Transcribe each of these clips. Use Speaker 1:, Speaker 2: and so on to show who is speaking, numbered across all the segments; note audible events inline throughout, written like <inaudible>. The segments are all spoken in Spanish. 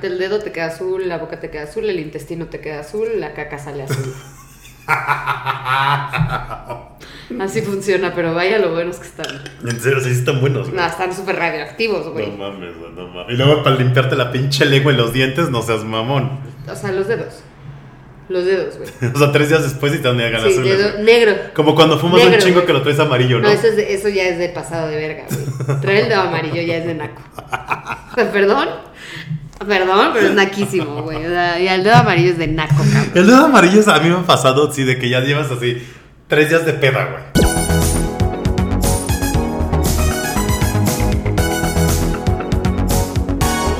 Speaker 1: El dedo te queda azul, la boca te queda azul, el intestino te queda azul, la caca sale <laughs> azul. Así funciona, pero vaya lo buenos que están.
Speaker 2: En serio, sí están buenos, güey.
Speaker 1: No, están súper radioactivos,
Speaker 2: No
Speaker 1: güey.
Speaker 2: mames, güey, no mames. Y luego para limpiarte la pinche lengua y los dientes, no seas mamón. <laughs>
Speaker 1: O sea, los dedos. Los dedos, güey.
Speaker 2: O sea, tres días después y te dan ganas
Speaker 1: Sí, dedo negro.
Speaker 2: Como cuando fumas un
Speaker 1: Negro,
Speaker 2: chingo
Speaker 1: güey.
Speaker 2: que lo traes amarillo,
Speaker 1: No,
Speaker 2: ¿no?
Speaker 1: eso, es de- eso ya es de pasado de verga, güey. Traer el dedo amarillo ya es de <laughs> naco. O sea, perdón. Perdón, pero es naquísimo, güey. O sea, ya el dedo amarillo es de naco, cabrón.
Speaker 2: El dedo amarillo a mí me ha pasado, sí, de que ya llevas así tres días de peda, güey.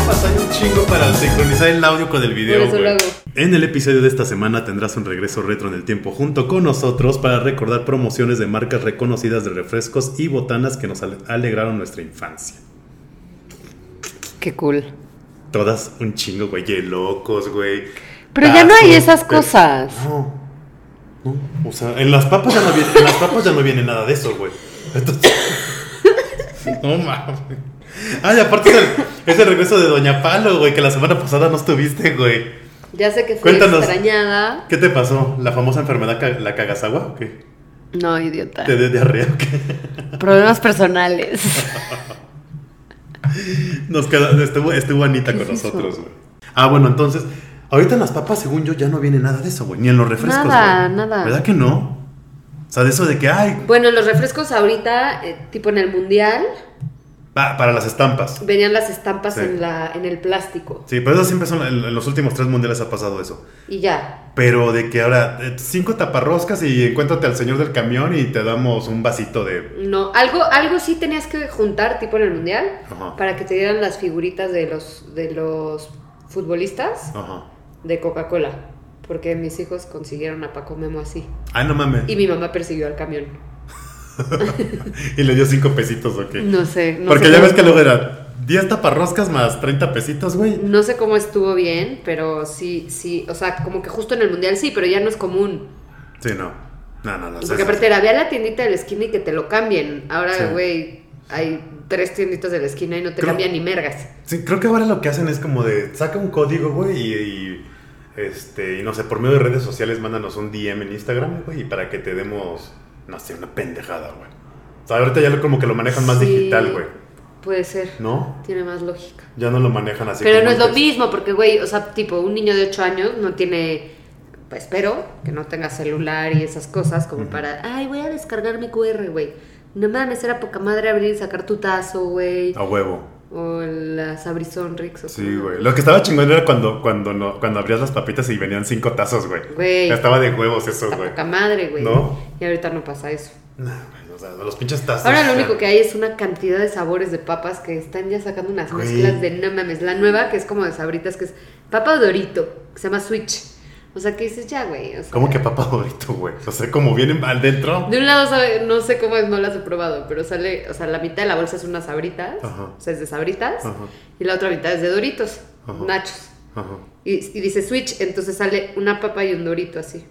Speaker 2: Pasar un chingo para sincronizar el audio con el video.
Speaker 1: Por eso lo
Speaker 2: güey.
Speaker 1: hago.
Speaker 2: En el episodio de esta semana tendrás un regreso retro en el tiempo junto con nosotros para recordar promociones de marcas reconocidas de refrescos y botanas que nos ale- alegraron nuestra infancia.
Speaker 1: Qué cool.
Speaker 2: Todas un chingo, güey. Locos, güey.
Speaker 1: Pero ya no hay
Speaker 2: Tazos,
Speaker 1: esas
Speaker 2: pero-
Speaker 1: cosas.
Speaker 2: No. No. O sea, en las papas ya no viene, en las papas ya no viene nada de eso, güey. Entonces- <laughs> no mames. Ay, aparte es el, es el regreso de Doña Palo, güey, que la semana pasada no estuviste, güey.
Speaker 1: Ya sé que fui
Speaker 2: Cuéntanos.
Speaker 1: extrañada.
Speaker 2: ¿Qué te pasó? ¿La famosa enfermedad ca- la cagasawa o qué?
Speaker 1: No, idiota.
Speaker 2: ¿Te dio diarrea o qué?
Speaker 1: Problemas personales. <laughs>
Speaker 2: Nos queda, estuvo, estuvo Anita
Speaker 1: ¿Qué
Speaker 2: con
Speaker 1: es eso?
Speaker 2: nosotros, güey. Ah, bueno, entonces, ahorita en las papas, según yo, ya no viene nada de eso, güey. Ni en los refrescos,
Speaker 1: Nada,
Speaker 2: güey.
Speaker 1: nada.
Speaker 2: ¿Verdad que no? O sea, de eso de que, ay,
Speaker 1: Bueno, los refrescos ahorita, eh, tipo en el mundial,
Speaker 2: pa- para las estampas.
Speaker 1: venían las estampas
Speaker 2: Sí.
Speaker 1: en, la, en el plástico.
Speaker 2: Sí, pero eso siempre son. En en los últimos tres mundiales ha pasado eso.
Speaker 1: Y ya.
Speaker 2: Pero de que ahora, eh, cinco taparroscas y encuéntrate al señor del camión y te damos un vasito de.
Speaker 1: No, algo, algo sí tenías que juntar, tipo en el mundial,
Speaker 2: Ajá.
Speaker 1: para que te dieran las figuritas de los, de los futbolistas
Speaker 2: Ajá.
Speaker 1: de Coca-Cola. Porque mis hijos consiguieron a Paco Memo así.
Speaker 2: Ay, Ah, no mames.
Speaker 1: Y mi mamá persiguió al camión.
Speaker 2: Y le dio cinco pesitos, ¿o qué?
Speaker 1: No sé. No
Speaker 2: Porque
Speaker 1: sé
Speaker 2: ya
Speaker 1: cómo-
Speaker 2: ves que luego era 10 taparroscas más 30 pesitos, güey.
Speaker 1: No sé cómo estuvo bien, pero sí, sí. O sea, como que justo en el mundial sí, pero ya no es común.
Speaker 2: Sí, no. No, no, no. o sea,
Speaker 1: Porque aparte era, ve a la tiendita de la esquina y que te lo cambien.
Speaker 2: Sí.
Speaker 1: Ahora, güey, hay tres tienditas de la esquina y no te
Speaker 2: Creo-
Speaker 1: cambian ni mergas.
Speaker 2: Sí, creo que ahora lo que hacen es como de saca un código, güey, y, y, este, y no sé, por medio de redes sociales mándanos un DM en Instagram, güey, y para que te demos, no sé, una pendejada, güey. O sea, ahorita ya lo- como que lo manejan más
Speaker 1: Sí,
Speaker 2: digital, güey.
Speaker 1: Puede ser.
Speaker 2: ¿No?
Speaker 1: Tiene más lógica.
Speaker 2: Ya no lo manejan así.
Speaker 1: Pero
Speaker 2: como
Speaker 1: no es lo
Speaker 2: antes.
Speaker 1: mismo, porque, güey, o sea, tipo, un niño de 8 años no tiene, pues, espero que no tenga celular y esas cosas como
Speaker 2: Ujú.
Speaker 1: para, ay, voy a descargar mi QR, güey. No mames, era poca madre abrir y sacar tu tazo, güey.
Speaker 2: A huevo.
Speaker 1: O las abrisonrix. o
Speaker 2: Sí,
Speaker 1: como-
Speaker 2: güey. Lo que estaba chingón era cuando, cuando, no, cuando abrías las papitas y venían cinco tazos, güey.
Speaker 1: Güey.
Speaker 2: Estaba de huevos eso,
Speaker 1: Está
Speaker 2: güey.
Speaker 1: poca madre, güey.
Speaker 2: ¿No?
Speaker 1: Y ahorita no pasa eso.
Speaker 2: No, güey, o sea, los pinches tazos.
Speaker 1: Ahora lo único que hay es una cantidad de sabores de papas que están ya sacando unas
Speaker 2: Güey.
Speaker 1: mezclas de no mames. La nueva, que es como de sabritas, que es papa dorito, que se llama Switch. O sea, que dices ya, güey. o sea,
Speaker 2: ¿Cómo que papa favorito, güey? O sea, como vienen al dentro.
Speaker 1: De un lado, sabe- no sé cómo es, no las he probado, pero sale, o sea, la mitad de la bolsa es unas sabritas,
Speaker 2: Ajá.
Speaker 1: o sea, es de sabritas,
Speaker 2: Ajá.
Speaker 1: y la otra mitad es de doritos,
Speaker 2: Ajá.
Speaker 1: nachos.
Speaker 2: Ajá.
Speaker 1: Y, y dice Switch, entonces sale una papa y un dorito así.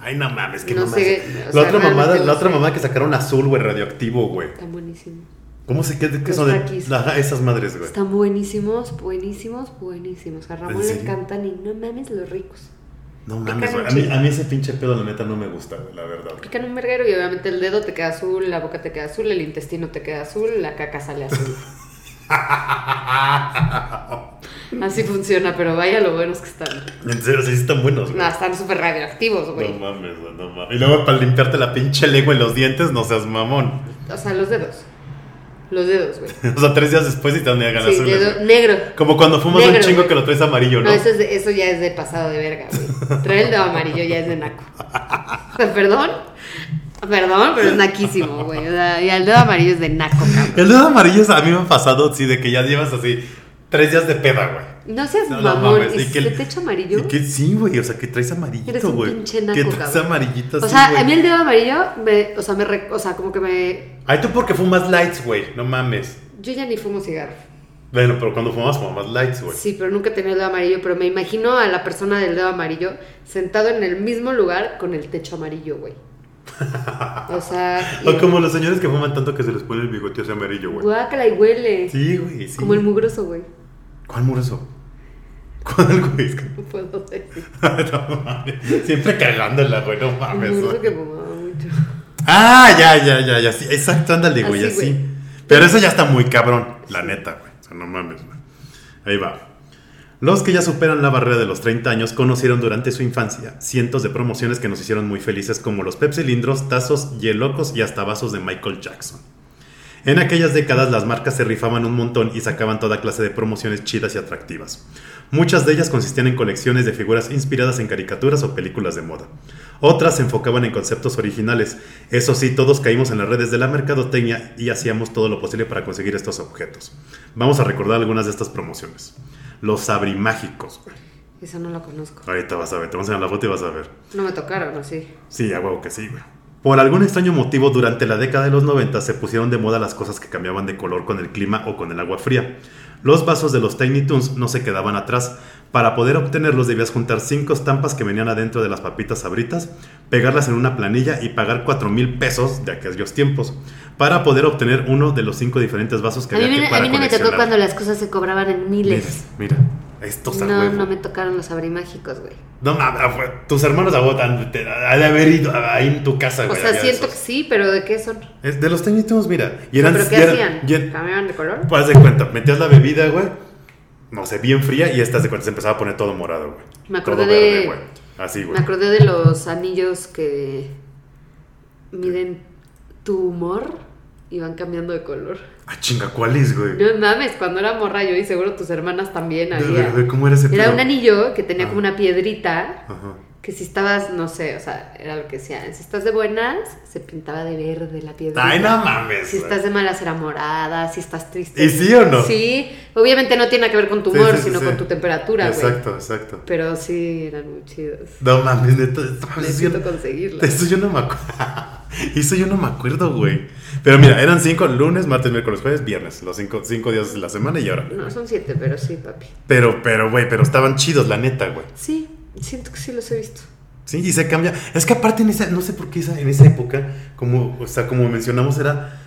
Speaker 2: Ay, no mames, que
Speaker 1: No
Speaker 2: no
Speaker 1: sé, o
Speaker 2: la
Speaker 1: sea,
Speaker 2: otra mamada,
Speaker 1: realmente no
Speaker 2: la otra
Speaker 1: sé.
Speaker 2: mamada que sacaron azul, güey, radioactivo, güey.
Speaker 1: Están buenísimos.
Speaker 2: ¿Cómo se qué, de- qué
Speaker 1: Los
Speaker 2: son de-
Speaker 1: taquis.
Speaker 2: Ajá, esas madres, güey?
Speaker 1: Están buenísimos, buenísimos, buenísimos. A Ramón le
Speaker 2: serio?
Speaker 1: encantan y no mames los ricos.
Speaker 2: No
Speaker 1: Pican
Speaker 2: mames, güey. A
Speaker 1: un
Speaker 2: mí,
Speaker 1: chingo.
Speaker 2: a mí ese pinche pedo, la neta, no me gusta, güey, la verdad. <laughs>
Speaker 1: Pican un verguero y obviamente el dedo te queda azul, la boca te queda azul, el intestino te queda azul, la caca sale azul.
Speaker 2: <laughs>
Speaker 1: Así funciona, pero vaya lo buenos que están.
Speaker 2: En serio, sí están buenos,
Speaker 1: No,
Speaker 2: güey.
Speaker 1: están súper radioactivos, güey.
Speaker 2: No mames, güey, no mames. Y luego para limpiarte la pinche lengua y los dientes, no seas mamón.
Speaker 1: O sea, los dedos. Los dedos, güey.
Speaker 2: O sea, tres días después y te dan ganas
Speaker 1: Sí,
Speaker 2: azules,
Speaker 1: dedo
Speaker 2: güey.
Speaker 1: negro.
Speaker 2: Como cuando fumas un
Speaker 1: Negro,
Speaker 2: chingo
Speaker 1: güey.
Speaker 2: que lo traes amarillo,
Speaker 1: No,
Speaker 2: ¿no?
Speaker 1: eso, es de- eso ya es de pasado de verga, güey. Traer el dedo amarillo ya es de
Speaker 2: <laughs>
Speaker 1: naco. O sea, perdón. Perdón, pero es naquísimo, güey. O sea, ya el dedo amarillo es de naco, cabrón.
Speaker 2: El dedo amarillo a mí me ha pasado, sí, de que ya llevas así tres días de peda, güey.
Speaker 1: No seas
Speaker 2: No, no
Speaker 1: mamón.
Speaker 2: mames,
Speaker 1: ¿Y
Speaker 2: y
Speaker 1: si
Speaker 2: que el-
Speaker 1: se te echa amarillo?
Speaker 2: Y que sí, güey, o sea, que traes
Speaker 1: Eres
Speaker 2: amarillito,
Speaker 1: un
Speaker 2: güey.
Speaker 1: pinche naco,
Speaker 2: Que traes
Speaker 1: cabrón.
Speaker 2: amarillito
Speaker 1: O
Speaker 2: así,
Speaker 1: sea,
Speaker 2: güey.
Speaker 1: a mí el dedo amarillo, me, o sea, me, re- o sea, como que me...
Speaker 2: Ay, tú porque fumas lights, güey, no mames.
Speaker 1: Yo ya ni fumo cigarro.
Speaker 2: Bueno, pero cuando fumas, fumas lights, güey.
Speaker 1: Sí, pero nunca he tenido el dedo amarillo, pero me imagino a la persona del dedo amarillo sentado en el mismo lugar con el techo amarillo, güey. O sea, y-
Speaker 2: <laughs> O como los señores que fuman tanto que se les pone el bigote así amarillo, güey.
Speaker 1: guácala y huele.
Speaker 2: Sí, güey, sí.
Speaker 1: Como el mugroso, güey.
Speaker 2: ¿Cuál muroso? <laughs> ¿Cuál, güey? Es que- <laughs>
Speaker 1: No puedo decir.
Speaker 2: no mames. Siempre cagándola, güey. No
Speaker 1: Me
Speaker 2: mames.
Speaker 1: acuerdo
Speaker 2: güey.
Speaker 1: que mamaba mucho.
Speaker 2: Ah, ya, ya, ya, ya. sí, exacto, ándale, güey,
Speaker 1: Así,
Speaker 2: así.
Speaker 1: güey.
Speaker 2: Pero eso ya está muy cabrón, la neta, güey. O sea, no mames, güey. Ahí va. Los que ya superan la barrera de los 30 años conocieron durante su infancia cientos de promociones que nos hicieron muy felices, como los pepsilindros, tazos, hielocos y hasta vasos de Michael Jackson. En aquellas décadas las marcas se rifaban un montón y sacaban toda clase de promociones chidas y atractivas. Muchas de ellas consistían en colecciones de figuras inspiradas en caricaturas o películas de moda. Otras se enfocaban en conceptos originales. Eso sí, todos caímos en las redes de la mercadotecnia y hacíamos todo lo posible para conseguir estos objetos. Vamos a recordar algunas de estas promociones. Los abrimágicos. güey.
Speaker 1: Eso no lo conozco.
Speaker 2: Ahorita vas a ver, te vamos a enseñar la foto y vas a ver.
Speaker 1: No me tocaron, así.
Speaker 2: Sí, a huevo que sí, güey. Por algún extraño motivo, durante la década de los 90 se pusieron de moda las cosas que cambiaban de color con el clima o con el agua fría. Los vasos de los Tiny Toons no se quedaban atrás. Para poder obtenerlos debías juntar cinco estampas que venían adentro de las papitas sabritas, pegarlas en una planilla y pagar 4 mil pesos de aquellos tiempos para poder obtener uno de los cinco diferentes vasos que
Speaker 1: A mí,
Speaker 2: había
Speaker 1: me-
Speaker 2: que
Speaker 1: a
Speaker 2: para
Speaker 1: mí no me tocó
Speaker 2: coleccionar.
Speaker 1: cuando las cosas se cobraban en miles.
Speaker 2: Mira, mira, estos a
Speaker 1: No,
Speaker 2: huevo.
Speaker 1: no me tocaron los abrimágicos, güey.
Speaker 2: No mames, a hue- tus hermanos agotan, te, ha de haber ido ahí en tu casa,
Speaker 1: O
Speaker 2: güey,
Speaker 1: sea,
Speaker 2: había de
Speaker 1: siento que
Speaker 2: esos.
Speaker 1: sí, pero ¿de qué son?
Speaker 2: Es de los Tiny Toons, mira. Y eran,
Speaker 1: ¿Pero qué
Speaker 2: y eran-
Speaker 1: hacían?
Speaker 2: y eran-
Speaker 1: ¿Cambiaban de color?
Speaker 2: pues, haz de cuenta, metías la bebida, güey. No sé, bien fría y estas de cuenta se empezaba a poner todo morado, güey.
Speaker 1: Me
Speaker 2: Todo
Speaker 1: acordé de-
Speaker 2: verde, güey. Así,
Speaker 1: Me
Speaker 2: güey.
Speaker 1: acordé de los anillos que miden tu humor y van cambiando de color.
Speaker 2: Ah, chinga, ¿cuál es, güey?
Speaker 1: No mames, cuando era morra yo y seguro tus hermanas también
Speaker 2: Ve, ve, ve,
Speaker 1: había.
Speaker 2: ¿Cómo era ese
Speaker 1: Era
Speaker 2: pedo?
Speaker 1: un anillo que tenía
Speaker 2: Ah.
Speaker 1: como una piedrita
Speaker 2: Ajá.
Speaker 1: que si estabas, no sé, o sea, era lo que decían. Si estás de buenas, se pintaba de verde la piedrita.
Speaker 2: Ay, no mames.
Speaker 1: Si
Speaker 2: güey.
Speaker 1: estás de malas era morada, si estás triste.
Speaker 2: ¿Y sí o no?
Speaker 1: Sí, obviamente no tiene que ver con tu
Speaker 2: Sí,
Speaker 1: humor,
Speaker 2: sí, sí,
Speaker 1: sino
Speaker 2: sí.
Speaker 1: con tu temperatura, güey.
Speaker 2: Exacto, exacto.
Speaker 1: Pero sí, eran muy chidos.
Speaker 2: No mames, neta. esto-
Speaker 1: Necesito
Speaker 2: yo-
Speaker 1: conseguirlo.
Speaker 2: Eso yo no me acuerdo. <laughs> Eso yo no me acuerdo, güey. Pero mira, eran cinco lunes, martes, miércoles, jueves, viernes. Los cinco, cinco días de la semana y ahora.
Speaker 1: No, son siete, pero sí, papi.
Speaker 2: Pero, pero, güey, pero estaban chidos, la neta, güey.
Speaker 1: Sí, siento que sí los he visto.
Speaker 2: Sí, y se cambia. Es que aparte en esa, no sé por qué esa, en esa época, como, o sea, como mencionamos, era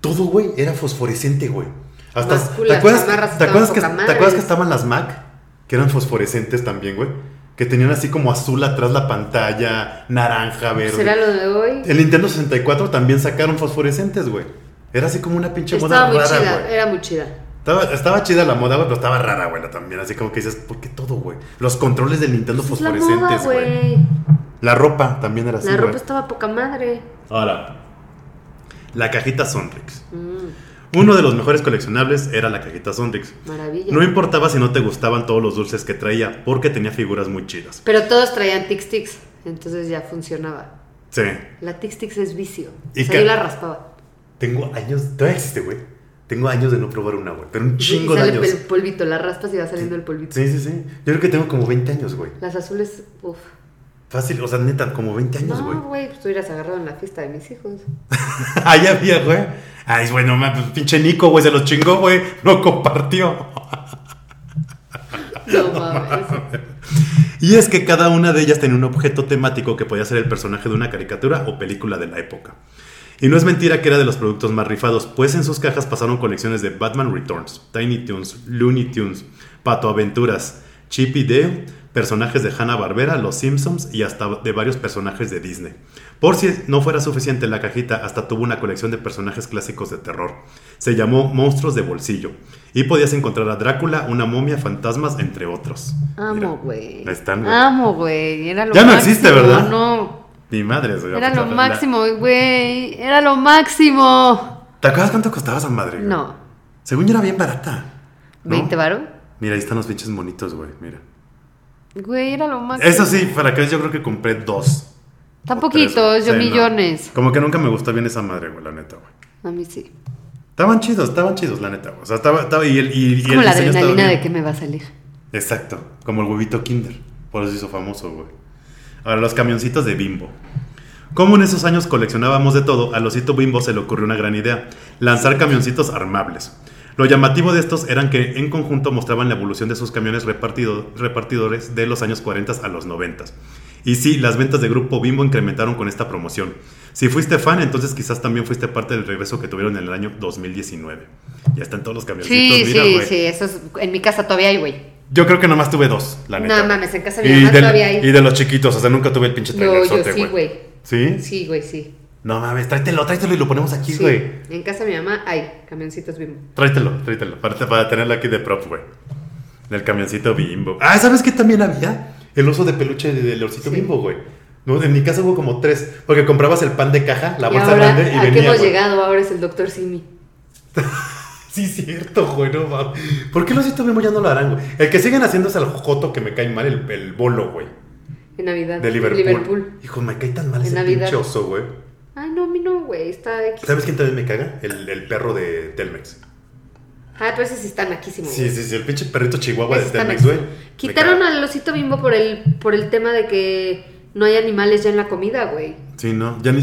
Speaker 2: todo, güey, era fosforescente, güey. Hasta,
Speaker 1: Básculas,
Speaker 2: ¿Te acuerdas,
Speaker 1: chamarras
Speaker 2: te acuerdas que,
Speaker 1: estaban poca
Speaker 2: te acuerdas que
Speaker 1: madre.
Speaker 2: estaban las Mac? Que eran fosforescentes también, güey. Que tenían así como azul atrás la pantalla, naranja, verde.
Speaker 1: ¿Será Pues lo de hoy?
Speaker 2: El Nintendo 64 también sacaron fosforescentes, güey. Era así como una pinche moda
Speaker 1: Estaba muy
Speaker 2: rara,
Speaker 1: chida,
Speaker 2: güey.
Speaker 1: era muy chida.
Speaker 2: Estaba, estaba chida la moda, güey, pero estaba rara, güey, también. Así como que dices, ¿por qué todo, güey? Los controles del Nintendo
Speaker 1: Es Pues la moda,
Speaker 2: fosforescentes, güey.
Speaker 1: güey.
Speaker 2: La ropa también era así,
Speaker 1: La ropa
Speaker 2: güey.
Speaker 1: estaba poca madre.
Speaker 2: Ahora, la cajita Sonrix.
Speaker 1: Mm,
Speaker 2: Uno de los mejores coleccionables era la cajita Sonrix.
Speaker 1: maravilla.
Speaker 2: No importaba si no te gustaban todos los dulces que traía, porque tenía figuras muy chidas.
Speaker 1: Pero todos traían Tix Tix, entonces ya funcionaba.
Speaker 2: Sí.
Speaker 1: La Tix Tix es vicio.
Speaker 2: ¿Y
Speaker 1: o sea,
Speaker 2: qué?
Speaker 1: yo la raspaba.
Speaker 2: Tengo años, todavía existe, güey. Tengo años de no probar una, güey. Pero un chingo
Speaker 1: y
Speaker 2: de
Speaker 1: sale
Speaker 2: años.
Speaker 1: el polvito, la raspas y va saliendo el polvito.
Speaker 2: Sí, sí, sí. Yo creo que tengo como 20 años, güey.
Speaker 1: Las azules, uff.
Speaker 2: Fácil, o sea, neta, como 20 años, güey.
Speaker 1: No, güey, pues tú hubieras agarrado en la fiesta de mis
Speaker 2: <laughs>
Speaker 1: hijos.
Speaker 2: Ahí había, güey. Ay, bueno, pinche Nico, güey, se los chingó, güey. No compartió.
Speaker 1: No mames.
Speaker 2: Y es que cada una de ellas tenía un objeto temático que podía ser el personaje de una caricatura o película de la época. Y no es mentira que era de los productos más rifados, pues en sus cajas pasaron colecciones de Batman Returns, Tiny Toons, Looney Tunes, Pato Aventuras, Chip y Dale, personajes de Hanna-Barbera, Los Simpsons y hasta de varios personajes de Disney. Por si no fuera suficiente, la cajita hasta tuvo una colección de personajes clásicos de terror. Se llamó Monstruos de Bolsillo y podías encontrar a Drácula, una momia, fantasmas, entre otros. Mira.
Speaker 1: Amo, güey. Ah,
Speaker 2: ahí están, güey.
Speaker 1: Amo, güey. Era lo
Speaker 2: Ya no
Speaker 1: máximo,
Speaker 2: existe, ¿verdad?
Speaker 1: No.
Speaker 2: Mi madre, eso ya
Speaker 1: Era
Speaker 2: fue
Speaker 1: lo
Speaker 2: la-
Speaker 1: máximo, güey. Era lo máximo.
Speaker 2: ¿Te acuerdas cuánto costaba esa madre? güey?
Speaker 1: No.
Speaker 2: Según yo era bien barata. ¿no?
Speaker 1: ¿20 varo?
Speaker 2: Mira, ahí están los pinches monitos, güey. Mira.
Speaker 1: Güey, era lo máximo.
Speaker 2: Eso sí, para que veas, yo creo que compré dos.
Speaker 1: Tan
Speaker 2: o tres, güey.
Speaker 1: poquitos, yo
Speaker 2: Sí, no.
Speaker 1: millones.
Speaker 2: Como que nunca me gustó bien esa madre, güey, la neta, güey.
Speaker 1: A mí sí.
Speaker 2: Estaban chidos, estaban chidos, la neta, güey. O sea, estaba, estaba y el, y, y
Speaker 1: Es
Speaker 2: el
Speaker 1: como la
Speaker 2: diseño estaba
Speaker 1: adrenalina
Speaker 2: bien.
Speaker 1: de que me va a salir.
Speaker 2: Exacto, como el huevito Kinder. Por eso se hizo famoso, güey. Ahora, los camioncitos de Bimbo. Como en esos años coleccionábamos de todo, al osito Bimbo se le ocurrió una gran idea: lanzar camioncitos armables. Lo llamativo de estos eran que en conjunto mostraban la evolución de sus camiones repartido- repartidores de los años 40 a los 90. Y sí, las ventas de Grupo Bimbo incrementaron con esta promoción. Si fuiste fan, entonces quizás también fuiste parte del regreso que tuvieron en el año 2019. Ya están todos los camioncitos.
Speaker 1: Sí,
Speaker 2: mira,
Speaker 1: sí,
Speaker 2: güey.
Speaker 1: sí. Eso es, en mi casa todavía hay, güey.
Speaker 2: Yo creo que nomás tuve dos, la neta.
Speaker 1: No mames, en casa de
Speaker 2: y
Speaker 1: mi mamá
Speaker 2: del-
Speaker 1: todavía hay.
Speaker 2: Y de los chiquitos, o sea, nunca tuve el pinche
Speaker 1: No, yo
Speaker 2: trailerzote,
Speaker 1: sí,
Speaker 2: Este güey.
Speaker 1: güey.
Speaker 2: ¿Sí?
Speaker 1: Sí, güey, sí.
Speaker 2: No mames, tráetelo, tráetelo y lo ponemos aquí,
Speaker 1: Sí.
Speaker 2: güey.
Speaker 1: En casa de mi mamá hay camioncitos bimbo.
Speaker 2: Tráetelo, tráetelo. Para, para tenerlo aquí de prop, güey. Del camioncito bimbo. Ah, ¿sabes qué también había? El oso de peluche de- del orcito
Speaker 1: Sí.
Speaker 2: bimbo, güey. No, en mi casa hubo como tres. Porque comprabas el pan de caja, la
Speaker 1: y
Speaker 2: bolsa
Speaker 1: ahora,
Speaker 2: grande y
Speaker 1: ¿a qué
Speaker 2: venía.
Speaker 1: hemos
Speaker 2: güey.
Speaker 1: llegado? Ahora es el doctor Simi.
Speaker 2: Sí, cierto, güey, no mames. ¿Por qué el osito bimbo ya no lo harán, güey? El que siguen haciendo es al joto que me cae mal, el, el bolo, güey.
Speaker 1: En Navidad.
Speaker 2: De Liverpool. Hijo, me cae tan mal
Speaker 1: En
Speaker 2: ese
Speaker 1: Navidad.
Speaker 2: pinche oso, güey.
Speaker 1: Ay, no, a mí no, güey. Está aquí.
Speaker 2: ¿Sabes quién también me caga? El, el perro de Telmex.
Speaker 1: Uh. Ah, pero ese sí está naquísimo.
Speaker 2: Sí,
Speaker 1: güey.
Speaker 2: sí, sí, el pinche perrito chihuahua
Speaker 1: Ese
Speaker 2: de
Speaker 1: está
Speaker 2: Telmex, güey.
Speaker 1: naquísimo.
Speaker 2: Me
Speaker 1: Quitaron
Speaker 2: caga.
Speaker 1: al osito bimbo por el, por el tema de que no hay animales ya en la comida, güey.
Speaker 2: Sí, no, ya ni...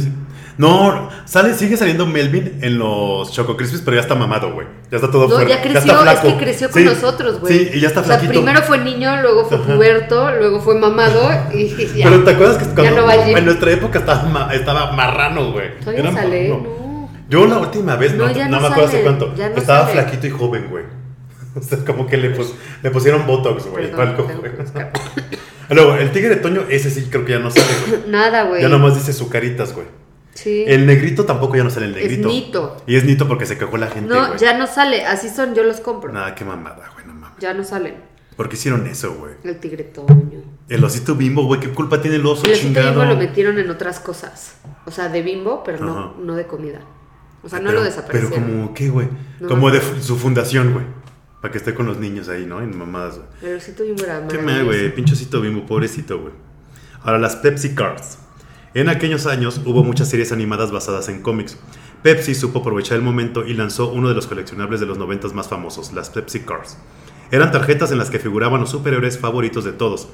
Speaker 2: No, sale, sigue saliendo Melvin en los Choco Crispies, pero ya está mamado, güey. Ya está todo
Speaker 1: No,
Speaker 2: fuerte.
Speaker 1: ya creció,
Speaker 2: está
Speaker 1: es que
Speaker 2: flaco.
Speaker 1: creció con
Speaker 2: Sí,
Speaker 1: nosotros, güey.
Speaker 2: Sí, y ya está
Speaker 1: O sea,
Speaker 2: flaquito.
Speaker 1: primero fue niño, luego fue puberto, luego fue mamado y ya.
Speaker 2: Pero ¿te acuerdas que cuando,
Speaker 1: no va al gym.
Speaker 2: en nuestra época estaba, ma- estaba marrano, güey?
Speaker 1: Todavía
Speaker 2: Era
Speaker 1: sale,
Speaker 2: marrano.
Speaker 1: no.
Speaker 2: Yo la última vez, no,
Speaker 1: No, ya
Speaker 2: no
Speaker 1: no
Speaker 2: me acuerdo
Speaker 1: sale,
Speaker 2: hace cuánto,
Speaker 1: ya no
Speaker 2: estaba
Speaker 1: sale.
Speaker 2: flaquito y joven, güey. <laughs> O sea, como que le, pus- le pusieron Botox, güey.
Speaker 1: Perdón,
Speaker 2: algo,
Speaker 1: tengo
Speaker 2: güey.
Speaker 1: que buscar.
Speaker 2: Luego, el tigre de Toño, ese sí creo que ya no sale, güey.
Speaker 1: Nada, güey.
Speaker 2: Ya nomás dice su caritas, güey.
Speaker 1: Sí.
Speaker 2: El negrito tampoco ya no sale el negrito.
Speaker 1: Nito.
Speaker 2: Y es Nito porque se quejó la gente,
Speaker 1: no,
Speaker 2: güey.
Speaker 1: ya no sale. Así son, yo los compro.
Speaker 2: Nada, qué mamada, güey, no mames.
Speaker 1: Ya no salen.
Speaker 2: ¿Por qué hicieron eso, güey?
Speaker 1: El tigre Toño.
Speaker 2: El osito bimbo, güey, ¿qué culpa tiene el oso
Speaker 1: El osito
Speaker 2: chingado?
Speaker 1: bimbo lo metieron en otras cosas. O sea, de bimbo, pero
Speaker 2: Ajá.
Speaker 1: no, no de comida. O sea, no
Speaker 2: Pero-
Speaker 1: lo desaparecieron.
Speaker 2: Pero como, ¿qué, güey?
Speaker 1: No
Speaker 2: como de
Speaker 1: me acuerdo.
Speaker 2: fu- su fundación, güey. Para que esté con los niños ahí, ¿no? En mamadas, güey.
Speaker 1: El osito bimbo era
Speaker 2: Qué
Speaker 1: maravilloso.
Speaker 2: me, güey, pinchocito bimbo, pobrecito, güey. Ahora, las Pepsi Cards. En aquellos años hubo muchas series animadas basadas en cómics. Pepsi supo aprovechar el momento y lanzó uno de los coleccionables de los noventas más famosos, las Pepsi Cards. Eran tarjetas en las que figuraban los superhéroes favoritos de todos.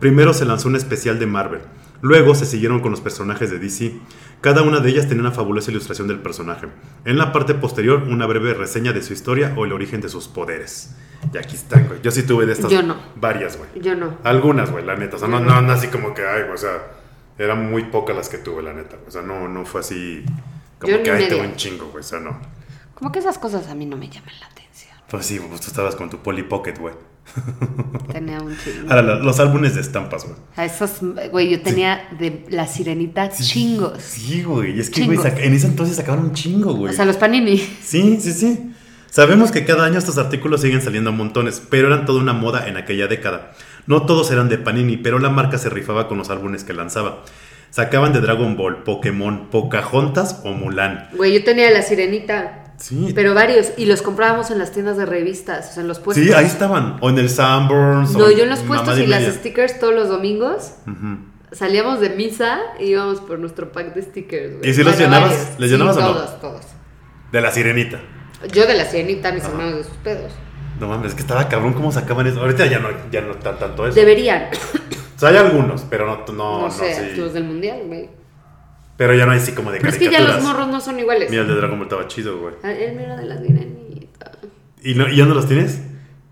Speaker 2: Primero se lanzó un especial de Marvel, luego se siguieron con los personajes de DC. Cada una de ellas tenía una fabulosa ilustración del personaje. En la parte posterior, una breve reseña de su historia o el origen de sus poderes. Y aquí están, güey. Yo sí tuve de estas
Speaker 1: Yo no.
Speaker 2: varias, güey.
Speaker 1: Yo no.
Speaker 2: Algunas, güey, la neta. O sea, no, no, no así como que, ay, güey, o sea, eran muy pocas las que tuve, la neta. güey. O sea, no, no fue así como
Speaker 1: Yo ni
Speaker 2: que, ay,
Speaker 1: media.
Speaker 2: tengo un chingo, güey. O sea, no.
Speaker 1: Como que esas cosas a mí no me llaman la
Speaker 2: <laughs>
Speaker 1: atención.
Speaker 2: Pues sí, pues tú estabas con tu Polly Pocket, güey.
Speaker 1: Tenía un chingo.
Speaker 2: Ahora, la- los álbumes de estampas, güey.
Speaker 1: A esas, güey, yo tenía de la sirenita chingos.
Speaker 2: Sí, güey. Es que, güey,
Speaker 1: Chingos.
Speaker 2: saca- en ese entonces sacaron un chingo,
Speaker 1: O
Speaker 2: güey.
Speaker 1: sea, los panini.
Speaker 2: Sí, sí, sí. Sabemos que cada año estos artículos siguen saliendo a montones, pero eran toda una moda en aquella década. No todos eran de Panini, pero la marca se rifaba con los álbumes que lanzaba. Sacaban de Dragon Ball, Pokémon, Pocahontas o Mulan.
Speaker 1: Güey, yo tenía la sirenita.
Speaker 2: Sí.
Speaker 1: Pero varios. Y los comprábamos en las tiendas de revistas. O sea, en los puestos.
Speaker 2: sí, ahí estaban. O en el Sanborns.
Speaker 1: No,
Speaker 2: o
Speaker 1: yo en los
Speaker 2: mamá
Speaker 1: puestos
Speaker 2: de
Speaker 1: y las
Speaker 2: media.
Speaker 1: stickers todos los domingos.
Speaker 2: Ujú.
Speaker 1: Salíamos de misa y íbamos por nuestro pack de stickers. güey.
Speaker 2: ¿Y si los
Speaker 1: Bueno,
Speaker 2: llenabas?
Speaker 1: varios.
Speaker 2: ¿Les llenabas
Speaker 1: Sí,
Speaker 2: o no?
Speaker 1: Todos, todos.
Speaker 2: De la sirenita.
Speaker 1: Yo de la sirenita, mis
Speaker 2: Ajá.
Speaker 1: hermanos de sus pedos.
Speaker 2: No mames, es que estaba cabrón cómo sacaban eso. Ahorita ya no, ya no tan tanto eso.
Speaker 1: Deberían.
Speaker 2: O sea, hay algunos, pero no, no,
Speaker 1: No,
Speaker 2: no,
Speaker 1: sé,
Speaker 2: sí.
Speaker 1: los del mundial, güey.
Speaker 2: Pero ya no hay así como de
Speaker 1: Pero es que ya los
Speaker 2: caricaturas.
Speaker 1: morros no son iguales.
Speaker 2: Mira, el de Dragon Ball estaba chido, güey.
Speaker 1: Ah, Él mira de la sirenita.
Speaker 2: ¿Y, no, ¿Y ya no los tienes?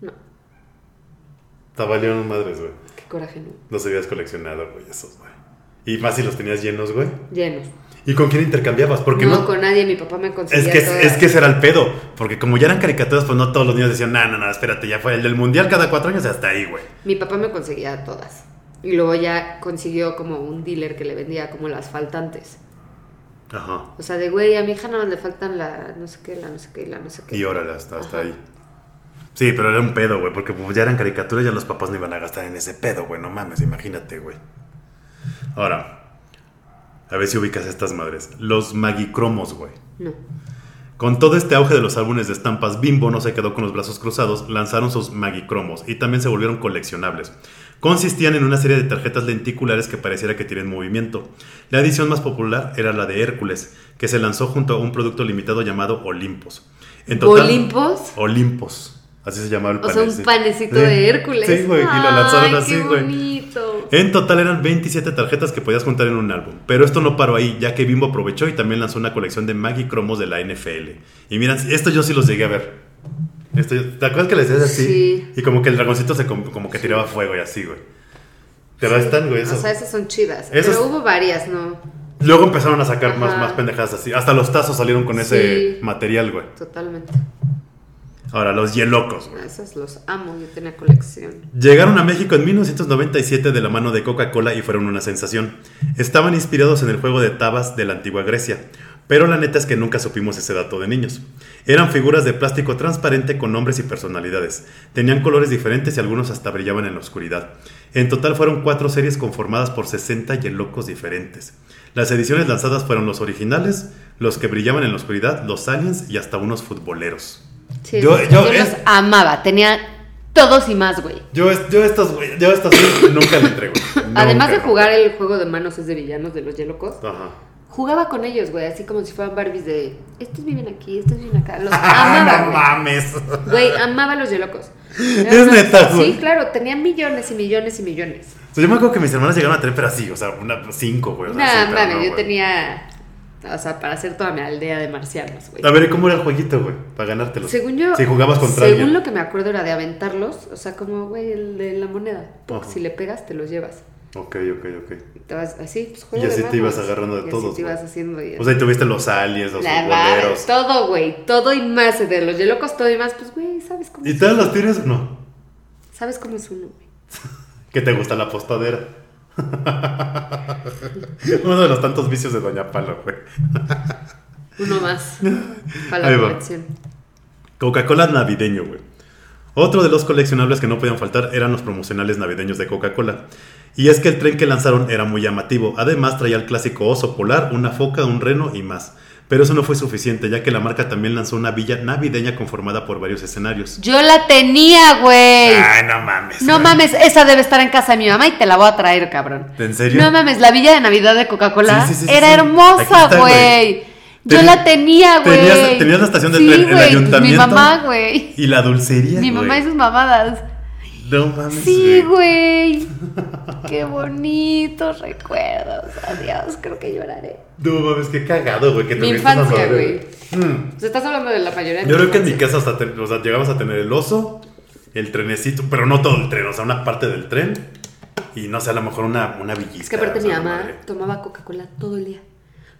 Speaker 1: No,
Speaker 2: Te valieron madres, güey.
Speaker 1: qué coraje, no.
Speaker 2: Los habías coleccionado, güey, esos, güey. Y más si los tenías llenos, güey.
Speaker 1: Llenos.
Speaker 2: ¿Y con quién intercambiabas? Porque
Speaker 1: no,
Speaker 2: no.
Speaker 1: con nadie, mi papá me conseguía
Speaker 2: Es que,
Speaker 1: todas.
Speaker 2: es que ese era el pedo. Porque como ya eran caricaturas, pues no todos los niños decían, no, no, no, espérate, ya fue el del mundial cada cuatro años hasta ahí, güey.
Speaker 1: Mi papá me conseguía todas. Y luego ya consiguió como un dealer que le vendía como las faltantes.
Speaker 2: Ajá.
Speaker 1: O sea, de güey, a mi hija nada más le faltan la no sé qué, la no sé qué, la no sé qué.
Speaker 2: Y órale, hasta, hasta
Speaker 1: Ajá.
Speaker 2: ahí. Sí, pero era un pedo, güey, porque pues, ya eran caricaturas, ya los papás no iban a gastar en ese pedo, güey, no mames, imagínate, güey. Ahora, a ver si ubicas estas madres. Los magicromos, güey.
Speaker 1: No.
Speaker 2: Con todo este auge de los álbumes de estampas, Bimbo no se quedó con los brazos cruzados, lanzaron sus magicromos y también se volvieron coleccionables. Consistían en una serie de tarjetas lenticulares que pareciera que tienen movimiento. La edición más popular era la de Hércules, que se lanzó junto a un producto limitado llamado Olimpos. En total,
Speaker 1: ¿Olimpos?
Speaker 2: Olimpos. Así se llamaba el
Speaker 1: O sea, un
Speaker 2: panecito.
Speaker 1: panecito
Speaker 2: Sí.
Speaker 1: de Hércules.
Speaker 2: Sí, güey, y lo lanzaron
Speaker 1: Ay,
Speaker 2: así,
Speaker 1: qué
Speaker 2: güey.
Speaker 1: bonito.
Speaker 2: En total eran 27 tarjetas que podías juntar en un álbum, pero esto no paró ahí, ya que Bimbo aprovechó y también lanzó una colección de Maggie Cromos de la NFL. Y miran, esto yo sí los llegué a ver. Esto yo- ¿Te acuerdas que les decías así?
Speaker 1: Sí.
Speaker 2: Y como que el dragoncito se com- como que tiraba fuego y así, güey. ¿Te lo están, güey? Eso.
Speaker 1: O sea, esas son chidas.
Speaker 2: Esas-
Speaker 1: Pero hubo varias, ¿no?
Speaker 2: Luego empezaron a sacar más,
Speaker 1: Ajá.
Speaker 2: más pendejadas así. Hasta los tazos salieron con ese
Speaker 1: Sí.
Speaker 2: material, güey.
Speaker 1: Totalmente.
Speaker 2: Ahora, los hielocos, güey.
Speaker 1: Ah, Esos los amo, yo tenía colección.
Speaker 2: Llegaron a México en 1997 de la mano de Coca-Cola y fueron una sensación. Estaban inspirados en el juego de tabas de la antigua Grecia, pero la neta es que nunca supimos ese dato de niños. Eran figuras de plástico transparente con nombres y personalidades. Tenían colores diferentes y algunos hasta brillaban en la oscuridad. En total fueron cuatro series conformadas por 60 yelocos diferentes. Las ediciones lanzadas fueron los originales, los que brillaban en la oscuridad, los aliens y hasta unos futboleros.
Speaker 1: Sí,
Speaker 2: Yo-
Speaker 1: yo,
Speaker 2: yo- es-
Speaker 1: los amaba, tenía todos y más, güey.
Speaker 2: Yo, es- yo estas, güey- yo estas sí, nunca le entrego.
Speaker 1: Además de
Speaker 2: Nunca.
Speaker 1: jugar el juego de manos es de villanos de los Yelocos,
Speaker 2: Ajá.
Speaker 1: jugaba con ellos, güey, así como si fueran Barbies de estos viven aquí, estos viven acá. Los
Speaker 2: <laughs> Ah,
Speaker 1: amaba,
Speaker 2: no
Speaker 1: güey.
Speaker 2: mames.
Speaker 1: güey. amaba los Yelocos.
Speaker 2: Es neta, güey.
Speaker 1: Sí, claro, tenía millones y millones y millones.
Speaker 2: O sea, yo me acuerdo que mis hermanas llegaron a tener, pero así, o sea, una cinco, güey. o sea,
Speaker 1: Nada,
Speaker 2: súper,
Speaker 1: mames,
Speaker 2: no,
Speaker 1: yo
Speaker 2: güey.
Speaker 1: tenía. O sea, para hacer toda mi aldea de marcianos, güey.
Speaker 2: A ver, ¿y ¿cómo era el jueguito, güey? Para ganártelo.
Speaker 1: Según yo.
Speaker 2: Si jugabas contra
Speaker 1: Según
Speaker 2: alguien.
Speaker 1: lo que me acuerdo era de aventarlos, o sea, como, güey, el de la moneda. Pum,
Speaker 2: Ajá.
Speaker 1: Si le pegas, te los llevas.
Speaker 2: Ok, ok, ok.
Speaker 1: Te vas así, pues
Speaker 2: Y
Speaker 1: juego de
Speaker 2: así te ibas
Speaker 1: manos.
Speaker 2: agarrando
Speaker 1: Y
Speaker 2: de
Speaker 1: así
Speaker 2: todos.
Speaker 1: te
Speaker 2: güey.
Speaker 1: ibas haciendo. y-
Speaker 2: O sea, y tuviste los aliens, los
Speaker 1: la madre,
Speaker 2: futboleros.
Speaker 1: todo, güey, todo y más de los yelocos, todo y más, pues, güey, ¿sabes cómo
Speaker 2: ¿Y
Speaker 1: es
Speaker 2: todas
Speaker 1: uno?
Speaker 2: las tienes? No.
Speaker 1: ¿Sabes cómo es uno, güey?
Speaker 2: Que te gusta la postadera. <laughs> Uno de los tantos vicios de Doña Palo, güey.
Speaker 1: Uno
Speaker 2: <laughs>
Speaker 1: más para
Speaker 2: Ahí
Speaker 1: la
Speaker 2: va.
Speaker 1: colección.
Speaker 2: Coca-Cola navideño, güey. Otro de los coleccionables que no podían faltar eran los promocionales navideños de Coca-Cola. Y es que el tren que lanzaron era muy llamativo. Además traía el clásico oso polar, una foca, un reno y más. Pero eso no fue suficiente, ya que la marca también lanzó una villa navideña conformada por varios escenarios.
Speaker 1: Yo la tenía, güey.
Speaker 2: Ay, no mames.
Speaker 1: No
Speaker 2: güey.
Speaker 1: mames, esa debe estar en casa de mi mamá y te la voy a traer, cabrón.
Speaker 2: ¿En serio?
Speaker 1: No mames, la villa de Navidad de Coca-Cola
Speaker 2: Sí, sí, sí, sí,
Speaker 1: era
Speaker 2: sí. Aquí
Speaker 1: hermosa,
Speaker 2: está,
Speaker 1: güey. Yo
Speaker 2: Teni-
Speaker 1: la tenía, güey.
Speaker 2: tenías- tenías la estación de
Speaker 1: sí,
Speaker 2: tren, el
Speaker 1: güey, pues,
Speaker 2: ayuntamiento.
Speaker 1: Mi mamá, güey.
Speaker 2: Y la dulcería.
Speaker 1: Mi mamá
Speaker 2: güey.
Speaker 1: y sus mamadas.
Speaker 2: No mames.
Speaker 1: Sí, güey. Qué bonitos recuerdos. Adiós, creo que lloraré.
Speaker 2: No mames, qué cagado, güey. que
Speaker 1: Mi
Speaker 2: tuviste esa
Speaker 1: infancia,
Speaker 2: madre,
Speaker 1: güey.
Speaker 2: Mm.
Speaker 1: O sea, estás hablando de la mayoría de tu
Speaker 2: Yo creo que en mi
Speaker 1: infancia.
Speaker 2: casa hasta ten- o sea, llegamos a tener el oso, el trenecito, pero no todo el tren, o sea, una parte del tren. Y no sé, a lo mejor una, una villita.
Speaker 1: Es que aparte
Speaker 2: o
Speaker 1: mi
Speaker 2: sea, no
Speaker 1: mamá
Speaker 2: madre.
Speaker 1: tomaba Coca-Cola todo el día.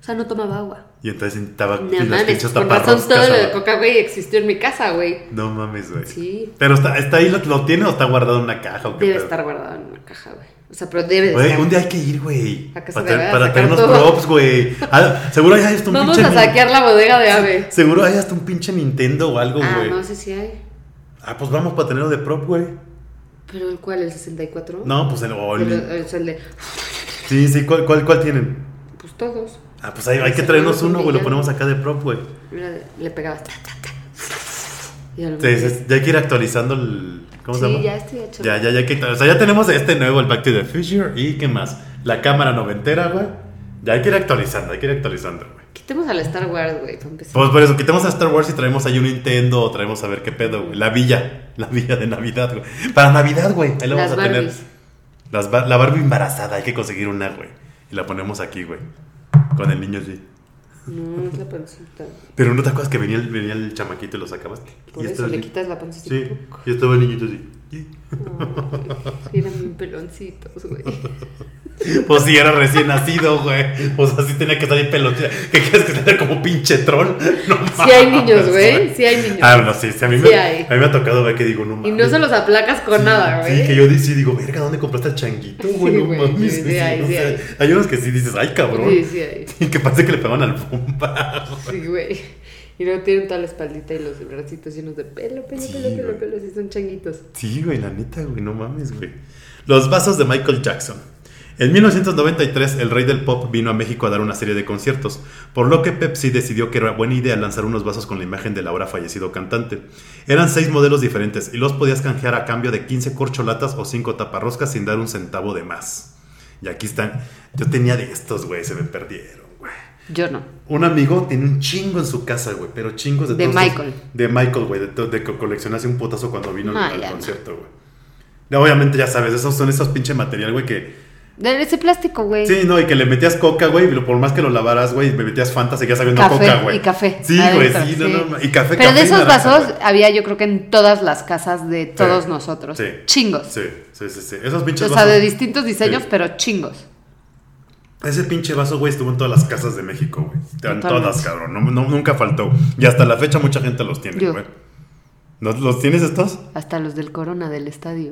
Speaker 1: O sea, no tomaba agua.
Speaker 2: Y entonces necesitaba
Speaker 1: No
Speaker 2: y las
Speaker 1: mames,
Speaker 2: pinches
Speaker 1: con razón todo
Speaker 2: taparroscas,
Speaker 1: lo de
Speaker 2: ¿no?
Speaker 1: Coca, güey, existió en mi casa, güey.
Speaker 2: No mames, güey.
Speaker 1: Sí.
Speaker 2: Pero está, está ahí, lo, lo tiene o está guardado en una caja o qué
Speaker 1: Debe
Speaker 2: pedo?
Speaker 1: estar guardado en una caja, güey. O sea, pero debe de
Speaker 2: Güey,
Speaker 1: estar.
Speaker 2: un día hay que ir, güey.
Speaker 1: A casa
Speaker 2: Para,
Speaker 1: de
Speaker 2: traer-
Speaker 1: verdad,
Speaker 2: para
Speaker 1: sacar
Speaker 2: traer unos
Speaker 1: todo.
Speaker 2: props, güey. Ah, seguro hay hasta un
Speaker 1: Vamos
Speaker 2: pinche.
Speaker 1: a
Speaker 2: Nin-
Speaker 1: saquear la bodega de ave.
Speaker 2: Seguro hay hasta un pinche Nintendo o algo,
Speaker 1: Ah,
Speaker 2: güey.
Speaker 1: no sé si hay.
Speaker 2: Ah, pues vamos para tenerlo de prop, güey.
Speaker 1: ¿Pero el cuál? ¿El 64?
Speaker 2: No, pues el. o el-
Speaker 1: El, el- el de.
Speaker 2: Sí, sí, ¿cuál, cuál, cuál tienen?
Speaker 1: Pues todos.
Speaker 2: Ah, pues hay, hay que traernos uno, güey. Lo ponemos acá de prop, güey.
Speaker 1: Mira, le pegabas. ta, ta, ta. Y al-
Speaker 2: Sí, sí, ya hay que ir actualizando el. ¿Cómo se
Speaker 1: Sí,
Speaker 2: llama?
Speaker 1: ya estoy hecho.
Speaker 2: Ya, ya, ya hay que. O sea, ya tenemos este nuevo, el Back to the Future. ¿Y qué más? La cámara noventera, güey. Ya hay que ir actualizando, hay que ir actualizando, güey.
Speaker 1: Quitemos al Star Wars, güey, para empezar.
Speaker 2: Pues por eso, quitemos a Star Wars y traemos ahí un Nintendo o traemos a ver qué pedo, güey. La villa. La villa de Navidad, güey. Para Navidad, güey. Ahí la vamos
Speaker 1: Las
Speaker 2: a tener.
Speaker 1: Barbies.
Speaker 2: Las bar- la Barbie embarazada, hay que conseguir una, güey. Y la ponemos aquí, güey. Con el niño así. <laughs>
Speaker 1: No, es la pancita.
Speaker 2: Pero no te acuerdas que venía el, venía el chamaquito y lo sacabas.
Speaker 1: Por
Speaker 2: y
Speaker 1: eso
Speaker 2: estaba
Speaker 1: le
Speaker 2: así.
Speaker 1: quitas la pancita.
Speaker 2: Sí, y estaba el niñito así. <laughs>
Speaker 1: Ay, eran bien peloncitos, güey.
Speaker 2: Pues si era recién nacido, güey. Pues así tenía que salir pelotita. ¿Qué quieres que salga como pinche troll? No
Speaker 1: Sí hay
Speaker 2: mames,
Speaker 1: niños,
Speaker 2: <laughs>
Speaker 1: güey. Sí hay niños.
Speaker 2: Ah, no, sí, sí, a mí,
Speaker 1: Sí
Speaker 2: me,
Speaker 1: hay.
Speaker 2: a mí me ha tocado ver que digo, no mames.
Speaker 1: y no se los aplacas con
Speaker 2: Sí,
Speaker 1: nada, güey.
Speaker 2: Sí, que yo di- sí digo, verga, ¿dónde compraste el changuito, güey?
Speaker 1: Sí,
Speaker 2: no
Speaker 1: güey,
Speaker 2: mames.
Speaker 1: sí, sí,
Speaker 2: güey,
Speaker 1: hay,
Speaker 2: o
Speaker 1: sí,
Speaker 2: sea,
Speaker 1: hay.
Speaker 2: hay unos que sí dices, ay, cabrón.
Speaker 1: Sí, sí, hay.
Speaker 2: <laughs> Y que parece que le pegaban al bomba.
Speaker 1: Sí, güey. Y luego tienen toda la espaldita y los bracitos llenos de pelo, pelo,
Speaker 2: Sí,
Speaker 1: pelo, pelo,
Speaker 2: güey.
Speaker 1: pelo. Sí, son changuitos.
Speaker 2: Sí, güey, la neta, güey, no mames, güey. Los vasos de Michael Jackson. En 1993, el rey del pop vino a México a dar una serie de conciertos, por lo que Pepsi decidió que era buena idea lanzar unos vasos con la imagen del ahora fallecido cantante. Eran seis modelos diferentes y los podías canjear a cambio de 15 corcholatas o 5 taparroscas sin dar un centavo de más. Y aquí están. Yo tenía de estos, güey, se me perdieron, güey.
Speaker 1: Yo no.
Speaker 2: Un amigo tiene un chingo en su casa, güey, pero chingos de
Speaker 1: De
Speaker 2: todos estos-
Speaker 1: Michael.
Speaker 2: de Michael, güey, de, to- de que coleccionase un putazo cuando vino al-
Speaker 1: Ah,
Speaker 2: al,
Speaker 1: ya, no.
Speaker 2: concierto, güey. No, Obviamente, ya sabes, esos son esos pinche material, güey, que.
Speaker 1: De ese plástico, güey.
Speaker 2: Sí, no, y que le metías coca, güey, y lo- por más que lo lavaras, güey, le metías fanta, seguías sabiendo
Speaker 1: Café
Speaker 2: coca, güey.
Speaker 1: y café.
Speaker 2: Sí, güey,
Speaker 1: adentro,
Speaker 2: sí, no, no, no, y café,
Speaker 1: Pero
Speaker 2: café
Speaker 1: de
Speaker 2: y
Speaker 1: esos
Speaker 2: naranja,
Speaker 1: vasos
Speaker 2: güey.
Speaker 1: había, yo creo que en todas las casas de todos nosotros.
Speaker 2: Sí.
Speaker 1: Chingos.
Speaker 2: Sí, sí, sí, sí. Esos
Speaker 1: O
Speaker 2: pinches
Speaker 1: sea, de
Speaker 2: vasos.
Speaker 1: distintos diseños,
Speaker 2: Sí.
Speaker 1: pero chingos.
Speaker 2: Ese pinche vaso, güey, estuvo en todas las casas de México, güey. En
Speaker 1: Totalmente.
Speaker 2: todas, cabrón. No, no- nunca faltó. Y hasta la fecha mucha gente los tiene,
Speaker 1: Yo.
Speaker 2: güey. ¿Los, los tienes estos?
Speaker 1: Hasta los del corona del estadio.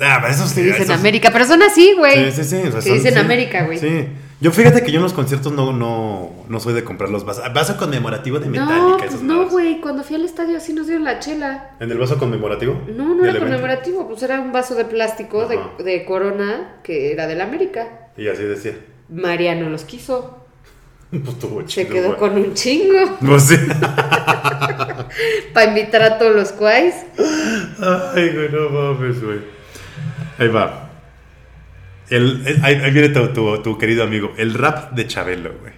Speaker 2: Ah, pero esos
Speaker 1: Que
Speaker 2: sí.
Speaker 1: dicen
Speaker 2: esos-
Speaker 1: América, pero son así, güey.
Speaker 2: Sí, sí, sí. o sea,
Speaker 1: Que
Speaker 2: son-
Speaker 1: dicen
Speaker 2: sí.
Speaker 1: América, güey.
Speaker 2: Sí. Yo fíjate que yo en los conciertos no, no, no soy de comprar los vasos. Vaso conmemorativo de Metallica.
Speaker 1: No, pues
Speaker 2: esas
Speaker 1: no,
Speaker 2: mamadas.
Speaker 1: güey. Cuando fui al estadio así nos dieron la chela.
Speaker 2: ¿En el vaso conmemorativo?
Speaker 1: No, no
Speaker 2: Del
Speaker 1: era
Speaker 2: evento.
Speaker 1: conmemorativo, pues era un vaso de plástico de,
Speaker 2: Ajá.
Speaker 1: de corona que era del América.
Speaker 2: Y así decía. <laughs>
Speaker 1: María no los quiso.
Speaker 2: Pues estuvo chido.
Speaker 1: Se quedó
Speaker 2: güey.
Speaker 1: con un chingo <laughs>
Speaker 2: Pues sí.
Speaker 1: para invitar a todos los cuais.
Speaker 2: Ay, güey, no mames, güey. Ahí va. El, el- ahí, ahí viene tu, tu, tu querido amigo. El rap de Chabelo, güey.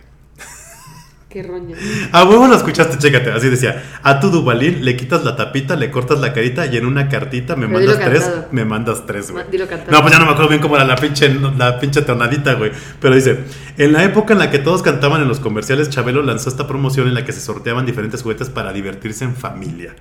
Speaker 1: Qué roña.
Speaker 2: A huevo lo escuchaste, chécate. Así decía. A tu Dubalín le quitas la tapita, le cortas la carita y en una cartita me
Speaker 1: Pero
Speaker 2: mandas
Speaker 1: dilo
Speaker 2: tres.
Speaker 1: cantado.
Speaker 2: Me mandas tres, güey.
Speaker 1: Ma- dilo cantado.
Speaker 2: No, pues ya no me acuerdo bien cómo era la pinche, la pinche tonadita, güey. Pero dice: En la época en la que todos cantaban en los comerciales, Chabelo lanzó esta promoción en la que se sorteaban diferentes juguetes para divertirse en familia.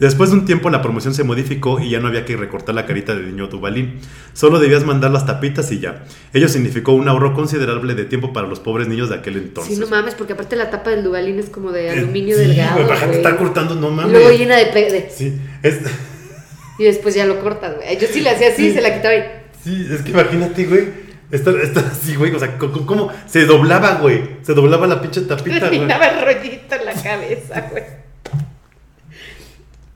Speaker 2: Después de un tiempo, la promoción se modificó y ya no había que recortar la carita del niño Dubalín. Solo debías mandar las tapitas y ya. Ello significó un ahorro considerable de tiempo para los pobres niños de aquel entonces.
Speaker 1: sí, no mames, porque aparte la tapa del Dubalín es como de
Speaker 2: Eh,
Speaker 1: aluminio
Speaker 2: sí,
Speaker 1: delgado.
Speaker 2: güey, para gente
Speaker 1: güey.
Speaker 2: estar cortando, no
Speaker 1: Y
Speaker 2: mames.
Speaker 1: luego llena de, pe- de-
Speaker 2: Sí, es,
Speaker 1: Y después ya lo cortas, güey. Yo sí le hacía así,
Speaker 2: Sí.
Speaker 1: se la quitaba y.
Speaker 2: sí, es que imagínate, güey. Estar, estar así, güey. O sea, co- co- ¿cómo, se doblaba, güey? Se doblaba la
Speaker 1: <laughs>
Speaker 2: pinche tapita, güey.
Speaker 1: Terminaba el rollito en la cabeza, güey.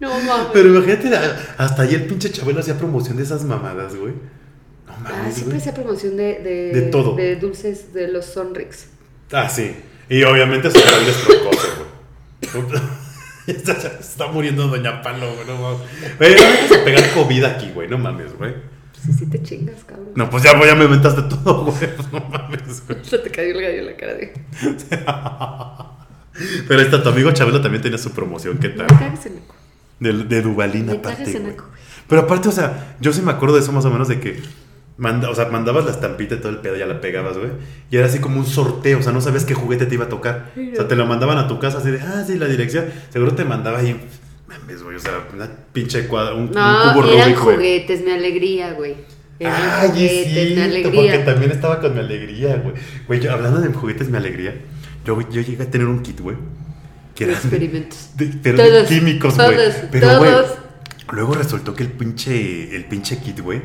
Speaker 1: No mames.
Speaker 2: Pero imagínate, a- hasta ayer el pinche Chabelo hacía promoción de esas mamadas, güey. No
Speaker 1: Ah,
Speaker 2: mames,
Speaker 1: siempre
Speaker 2: güey.
Speaker 1: hacía promoción de, de,
Speaker 2: De todo.
Speaker 1: de dulces de los Sonrix.
Speaker 2: Ah, sí. Y obviamente su gran destrocoso, güey. <laughs> está, se está muriendo Doña Palo, güey. No mames. Güey, no me vas a pegar COVID aquí, güey. No mames, güey.
Speaker 1: Sí, sí Pues te chingas, cabrón.
Speaker 2: No, pues ya, güey, ya me inventaste todo, <laughs> güey. No mames,
Speaker 1: <laughs>
Speaker 2: güey.
Speaker 1: Se te cayó el gallo en la cara de.
Speaker 2: Pero esta, tu amigo Chabelo también tenía su promoción, ¿qué
Speaker 1: Me
Speaker 2: tal?
Speaker 1: cagas en el cu-
Speaker 2: De, de Dubalín
Speaker 1: Me
Speaker 2: aparte.
Speaker 1: cagas en
Speaker 2: güey.
Speaker 1: la coca.
Speaker 2: Pero aparte, o sea, yo sí me acuerdo de eso más o menos de que. manda- o sea, mandabas la estampita y todo el pedo, ya la pegabas, güey. Y era así como un sorteo, o sea, no sabías qué juguete te iba a tocar. O sea, te lo mandaban a tu casa así de, ah, sí, la dirección. Seguro te mandaba ahí, mames, güey, o sea, una pinche cuadra, un, un
Speaker 1: No,
Speaker 2: cubo
Speaker 1: eran
Speaker 2: Rubik, güey.
Speaker 1: juguetes, mi alegría, güey. Eran
Speaker 2: Ay,
Speaker 1: juguetes,
Speaker 2: es
Speaker 1: mi
Speaker 2: cierto,
Speaker 1: alegría.
Speaker 2: Porque también estaba con mi alegría, güey. Güey, yo- hablando de juguetes, mi alegría, yo, yo llegué a tener un kit, güey. Que era <laughs>
Speaker 1: Experimentos.
Speaker 2: de, pero de
Speaker 1: Todos,
Speaker 2: químicos, güey.
Speaker 1: todos,
Speaker 2: Pero, güey,
Speaker 1: todos.
Speaker 2: luego resultó que el pinche, el pinche kit, güey,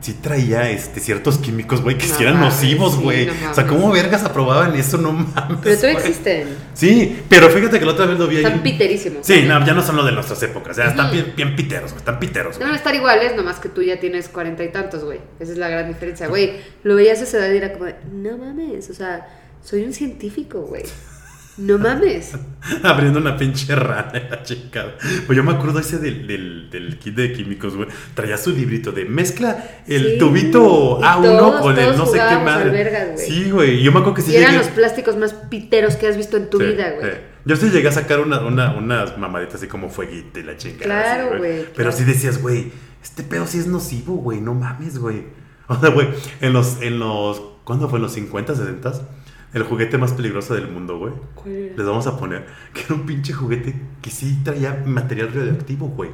Speaker 2: sí traía este, ciertos químicos, güey, que
Speaker 1: No
Speaker 2: sí eran
Speaker 1: mames,
Speaker 2: nocivos,
Speaker 1: sí,
Speaker 2: güey.
Speaker 1: no
Speaker 2: o sea,
Speaker 1: mames.
Speaker 2: ¿cómo vergas aprobaban eso? No mames.
Speaker 1: Pero todavía
Speaker 2: güey.
Speaker 1: existen.
Speaker 2: Sí, pero fíjate que la otra vez lo vi ahí.
Speaker 1: Están
Speaker 2: en-
Speaker 1: piterísimos.
Speaker 2: Sí, no, ya no son los de nuestras épocas. Ya están
Speaker 1: Ujú.
Speaker 2: bien, bien piteros, güey. Están piteros, güey.
Speaker 1: Deben estar iguales, nomás que tú ya tienes cuarenta y tantos, güey. Esa es la gran diferencia, güey. Lo veías a esa edad y era como, de, no mames, o sea, soy un científico, güey. No
Speaker 2: <laughs>
Speaker 1: mames.
Speaker 2: Abriendo una pinche rana en la chica. Pues yo me acuerdo ese del, del, del kit de químicos, güey. Traía su librito de mezcla el
Speaker 1: Sí.
Speaker 2: tubito
Speaker 1: Y
Speaker 2: A1
Speaker 1: todos,
Speaker 2: con el
Speaker 1: todos
Speaker 2: no sé qué
Speaker 1: jugábamos
Speaker 2: madre.
Speaker 1: al vergas, güey.
Speaker 2: sí, güey. Y yo me acuerdo que sí
Speaker 1: y eran
Speaker 2: llegué-
Speaker 1: los plásticos más piteros que has visto en tu
Speaker 2: Sí,
Speaker 1: vida, güey.
Speaker 2: sí. Yo sí llegué a sacar una, una, unas mamaditas así como fueguito y la chingada.
Speaker 1: Claro,
Speaker 2: así,
Speaker 1: güey,
Speaker 2: Pero
Speaker 1: claro.
Speaker 2: sí decías, güey, este pedo sí es nocivo, güey. No mames, güey. <laughs> O sea, güey, en los, en los. ¿Cuándo fue? ¿En los 50, 60? El juguete más peligroso del mundo, güey.
Speaker 1: ¿Cuál era?
Speaker 2: Les vamos a poner que era un pinche juguete que sí traía material radioactivo, güey.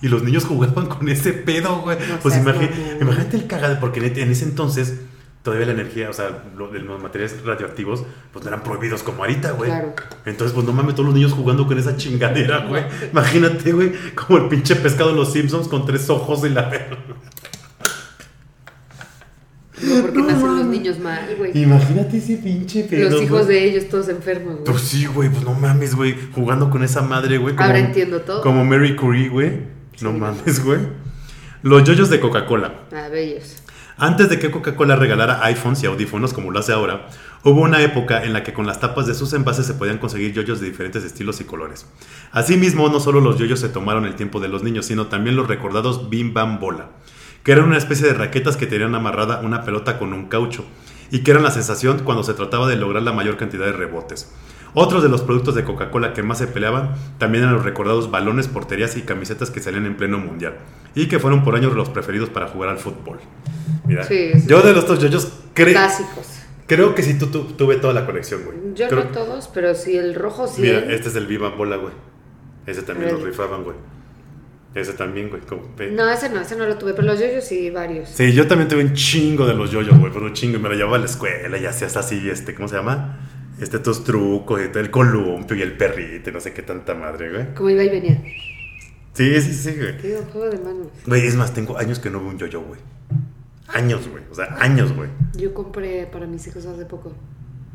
Speaker 2: Y los niños jugaban con ese pedo, güey.
Speaker 1: No
Speaker 2: pues
Speaker 1: seas
Speaker 2: imagi-
Speaker 1: mamón.
Speaker 2: imagínate el cagado, porque en, e, en ese entonces todavía la energía, o sea, lo- de los materiales radioactivos, pues no eran prohibidos como ahorita, güey.
Speaker 1: Claro.
Speaker 2: Entonces, pues no mames, todos los niños jugando con
Speaker 1: <laughs>
Speaker 2: esa chingadera, güey. Imagínate, güey, como el pinche pescado de los Simpsons con tres ojos y la verga.
Speaker 1: No, porque
Speaker 2: No
Speaker 1: nacen
Speaker 2: mames.
Speaker 1: los niños mal, güey.
Speaker 2: Imagínate ese pinche pedo.
Speaker 1: Los hijos
Speaker 2: güey.
Speaker 1: de ellos todos enfermos, güey.
Speaker 2: Pues sí, güey, pues no mames, güey. Jugando con esa madre, güey. como-
Speaker 1: Ahora entiendo todo.
Speaker 2: Como Mary Curie, güey. No
Speaker 1: Sí.
Speaker 2: mames, güey. Los yoyos de Coca-Cola.
Speaker 1: Ah, bellos.
Speaker 2: Antes de que Coca-Cola regalara iPhones y audífonos como lo hace ahora, hubo una época en la que con las tapas de sus envases se podían conseguir yoyos de diferentes estilos y colores. Asimismo, no solo los yoyos se tomaron el tiempo de los niños, sino también los recordados Bim Bam Bola, que eran una especie de raquetas que tenían amarrada una pelota con un caucho, y que eran la sensación cuando se trataba de lograr la mayor cantidad de rebotes. Otros de los productos de Coca-Cola que más se peleaban también eran los recordados balones, porterías y camisetas que salían en pleno mundial, y que fueron por años los preferidos para jugar al fútbol. Mira,
Speaker 1: Sí, sí.
Speaker 2: yo de los dos yoyos cre-
Speaker 1: Básicos.
Speaker 2: creo que sí tu- tu- tuve toda la colección, güey.
Speaker 1: Yo
Speaker 2: Creo-
Speaker 1: no todos, pero sí el rojo sí.
Speaker 2: Mira, este es el Viva Bola, güey. Ese también lo
Speaker 1: Órale.
Speaker 2: rifaban, güey. Ese también, güey. como- ve.
Speaker 1: No, ese no, ese no lo tuve, pero los yoyos sí, varios.
Speaker 2: Sí, yo también tuve un chingo de los yoyos, güey. Pero un chingo. Y me lo llevaba a la escuela y hacías así, este, ¿cómo se llama? Este, tus trucos y todo, el columpio y el perrito y no sé qué tanta madre, güey.
Speaker 1: Como iba y venía.
Speaker 2: Sí, sí, sí, güey.
Speaker 1: Te digo, juego de manos.
Speaker 2: Güey, es más, tengo años que no veo un yo-yo, güey. Años, güey. O sea, años, güey.
Speaker 1: Yo compré para mis hijos hace
Speaker 2: <laughs>
Speaker 1: poco.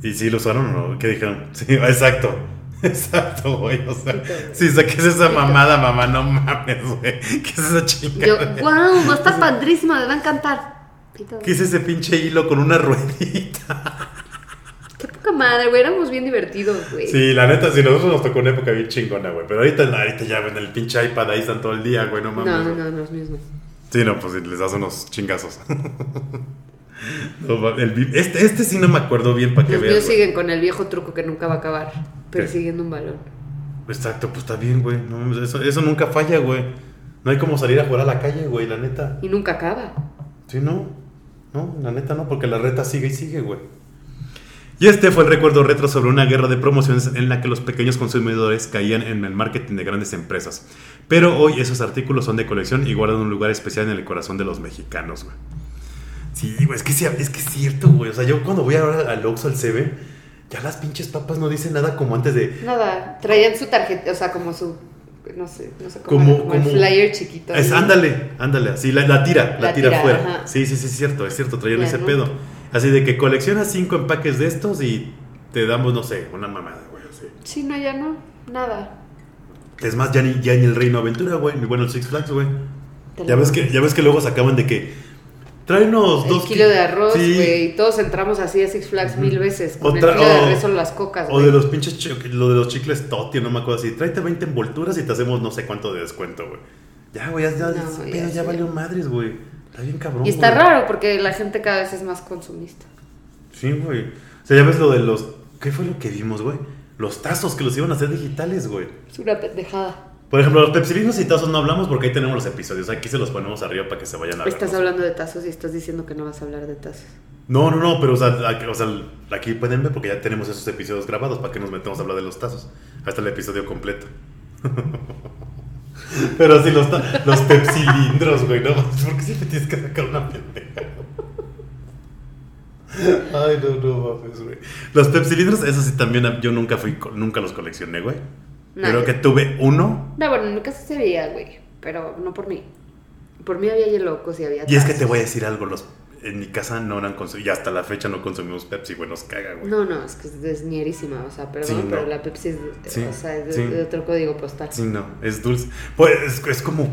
Speaker 2: ¿Y sí lo usaron o no? ¿Qué dijeron? <laughs> Sí, exacto. Exacto, güey. O sea, sí, o sea, ¿qué es esa mamada, mamá? No mames, güey. ¿Qué es esa
Speaker 1: Yo,
Speaker 2: chingada?
Speaker 1: wow, está padrísimo, les va a encantar. Y todo.
Speaker 2: ¿Qué es ese pinche hilo con una ruedita?
Speaker 1: Qué poca madre, güey, éramos bien divertidos, güey.
Speaker 2: Sí, la neta, sí, nosotros nos tocó una época bien chingona, güey. Pero ahorita, ahorita ya ven el pinche iPad, ahí están todo el día, güey, no
Speaker 1: no,
Speaker 2: mames.
Speaker 1: no,
Speaker 2: güey.
Speaker 1: no, no es mismo.
Speaker 2: Sí, no, pues les das unos chingazos. <laughs> No, va- el vi- este, este sí no me acuerdo bien para que
Speaker 1: Los
Speaker 2: veas.
Speaker 1: míos
Speaker 2: güey.
Speaker 1: siguen con el viejo truco que nunca va a acabar, persiguiendo un balón.
Speaker 2: Exacto, pues está bien, güey. No, mames, eso, eso nunca falla, güey. No hay como salir a jugar a la calle, güey, la neta.
Speaker 1: Y nunca acaba.
Speaker 2: Sí, no. No, la neta no, porque la reta sigue y sigue, güey. Y este fue el recuerdo retro sobre una guerra de promociones en la que los pequeños consumidores caían en el marketing de grandes empresas. Pero hoy esos artículos son de colección y guardan un lugar especial en el corazón de los mexicanos, güey. Sí, güey, es que, sí, es que es cierto, güey. O sea, yo cuando voy ahora al Oxxo, al CB, ya las pinches papas no dicen nada como antes de...
Speaker 1: Nada, traían su tarjeta, o sea, como su, no sé, no sé cómo,
Speaker 2: Como-
Speaker 1: era, como el
Speaker 2: como-
Speaker 1: flyer chiquito.
Speaker 2: Es,
Speaker 1: ¿no?
Speaker 2: ándale, ándale, así la, la tira, la,
Speaker 1: La
Speaker 2: tira
Speaker 1: tira,
Speaker 2: afuera.
Speaker 1: ajá.
Speaker 2: Sí, sí, sí, es cierto, es cierto, traían
Speaker 1: Ya,
Speaker 2: ese
Speaker 1: ¿no?
Speaker 2: pedo. Así de que coleccionas cinco empaques de estos y te damos, no sé, una mamada, güey, así.
Speaker 1: Sí, no, ya no, nada.
Speaker 2: Es más, ya ni, ya ni el Reino Aventura, güey, ni bueno el Six Flags, güey.
Speaker 1: Te
Speaker 2: Ya
Speaker 1: lo-
Speaker 2: ves que, ya ves que luego sacaban de que tráenos
Speaker 1: El
Speaker 2: dos
Speaker 1: kilo
Speaker 2: ki-
Speaker 1: de arroz,
Speaker 2: Sí,
Speaker 1: güey. y Todos entramos así a Six Flags mil veces. Con
Speaker 2: Otra-
Speaker 1: el kilo de
Speaker 2: o-
Speaker 1: arroz son las cocas,
Speaker 2: O
Speaker 1: güey.
Speaker 2: de los pinches chi- lo de los chicles Totti, no me acuerdo así. Tráete 20 envolturas y te hacemos no sé cuánto de descuento, güey. Ya, güey, ya, ya,
Speaker 1: No,
Speaker 2: ese
Speaker 1: ya,
Speaker 2: pedo ya,
Speaker 1: sí.
Speaker 2: valió madres, güey. Está bien cabrón.
Speaker 1: Y está
Speaker 2: güey.
Speaker 1: raro porque la gente cada vez es más consumista.
Speaker 2: Sí, güey. O sea, ya ves lo de los. ¿Qué fue lo que vimos, güey? Los tazos que los iban a hacer digitales, güey.
Speaker 1: Es una pendejada.
Speaker 2: Por ejemplo, los pepsilinos y tazos no hablamos porque ahí tenemos los episodios. Aquí se los ponemos arriba para que se vayan a ver.
Speaker 1: Estás hablando de Pues, tazos y estás diciendo que no vas a hablar de tazos.
Speaker 2: No, no, no, pero o sea, aquí, o sea, aquí pueden ver porque ya tenemos esos episodios grabados para que nos metamos a hablar de los tazos. Hasta el episodio completo. <laughs> pero sí, los, ta- los pepsilindros, güey, no <laughs> mames, ¿Por qué siempre tienes que sacar una pendeja? Ay, no, no mames, güey. Los pepsilindros, esos sí también ah, yo nunca fui, co- nunca los coleccioné, güey.
Speaker 1: No,
Speaker 2: Creo
Speaker 1: yo-
Speaker 2: que tuve uno.
Speaker 1: No, bueno, en mi casa se veía, güey. Pero no por mí. Por mí había hielocos y había
Speaker 2: Y es que
Speaker 1: tazos.
Speaker 2: te voy a decir algo, los en mi casa no eran consumidos, y hasta la fecha no consumimos Pepsi, güey, nos caga, güey.
Speaker 1: No, no, es que es desnierísima. O sea, perdón,
Speaker 2: Sí, no.
Speaker 1: pero la Pepsi es, de-
Speaker 2: Sí,
Speaker 1: o sea, es de,
Speaker 2: sí.
Speaker 1: de otro código postal.
Speaker 2: Sí, no, es dulce. Pues es, es como.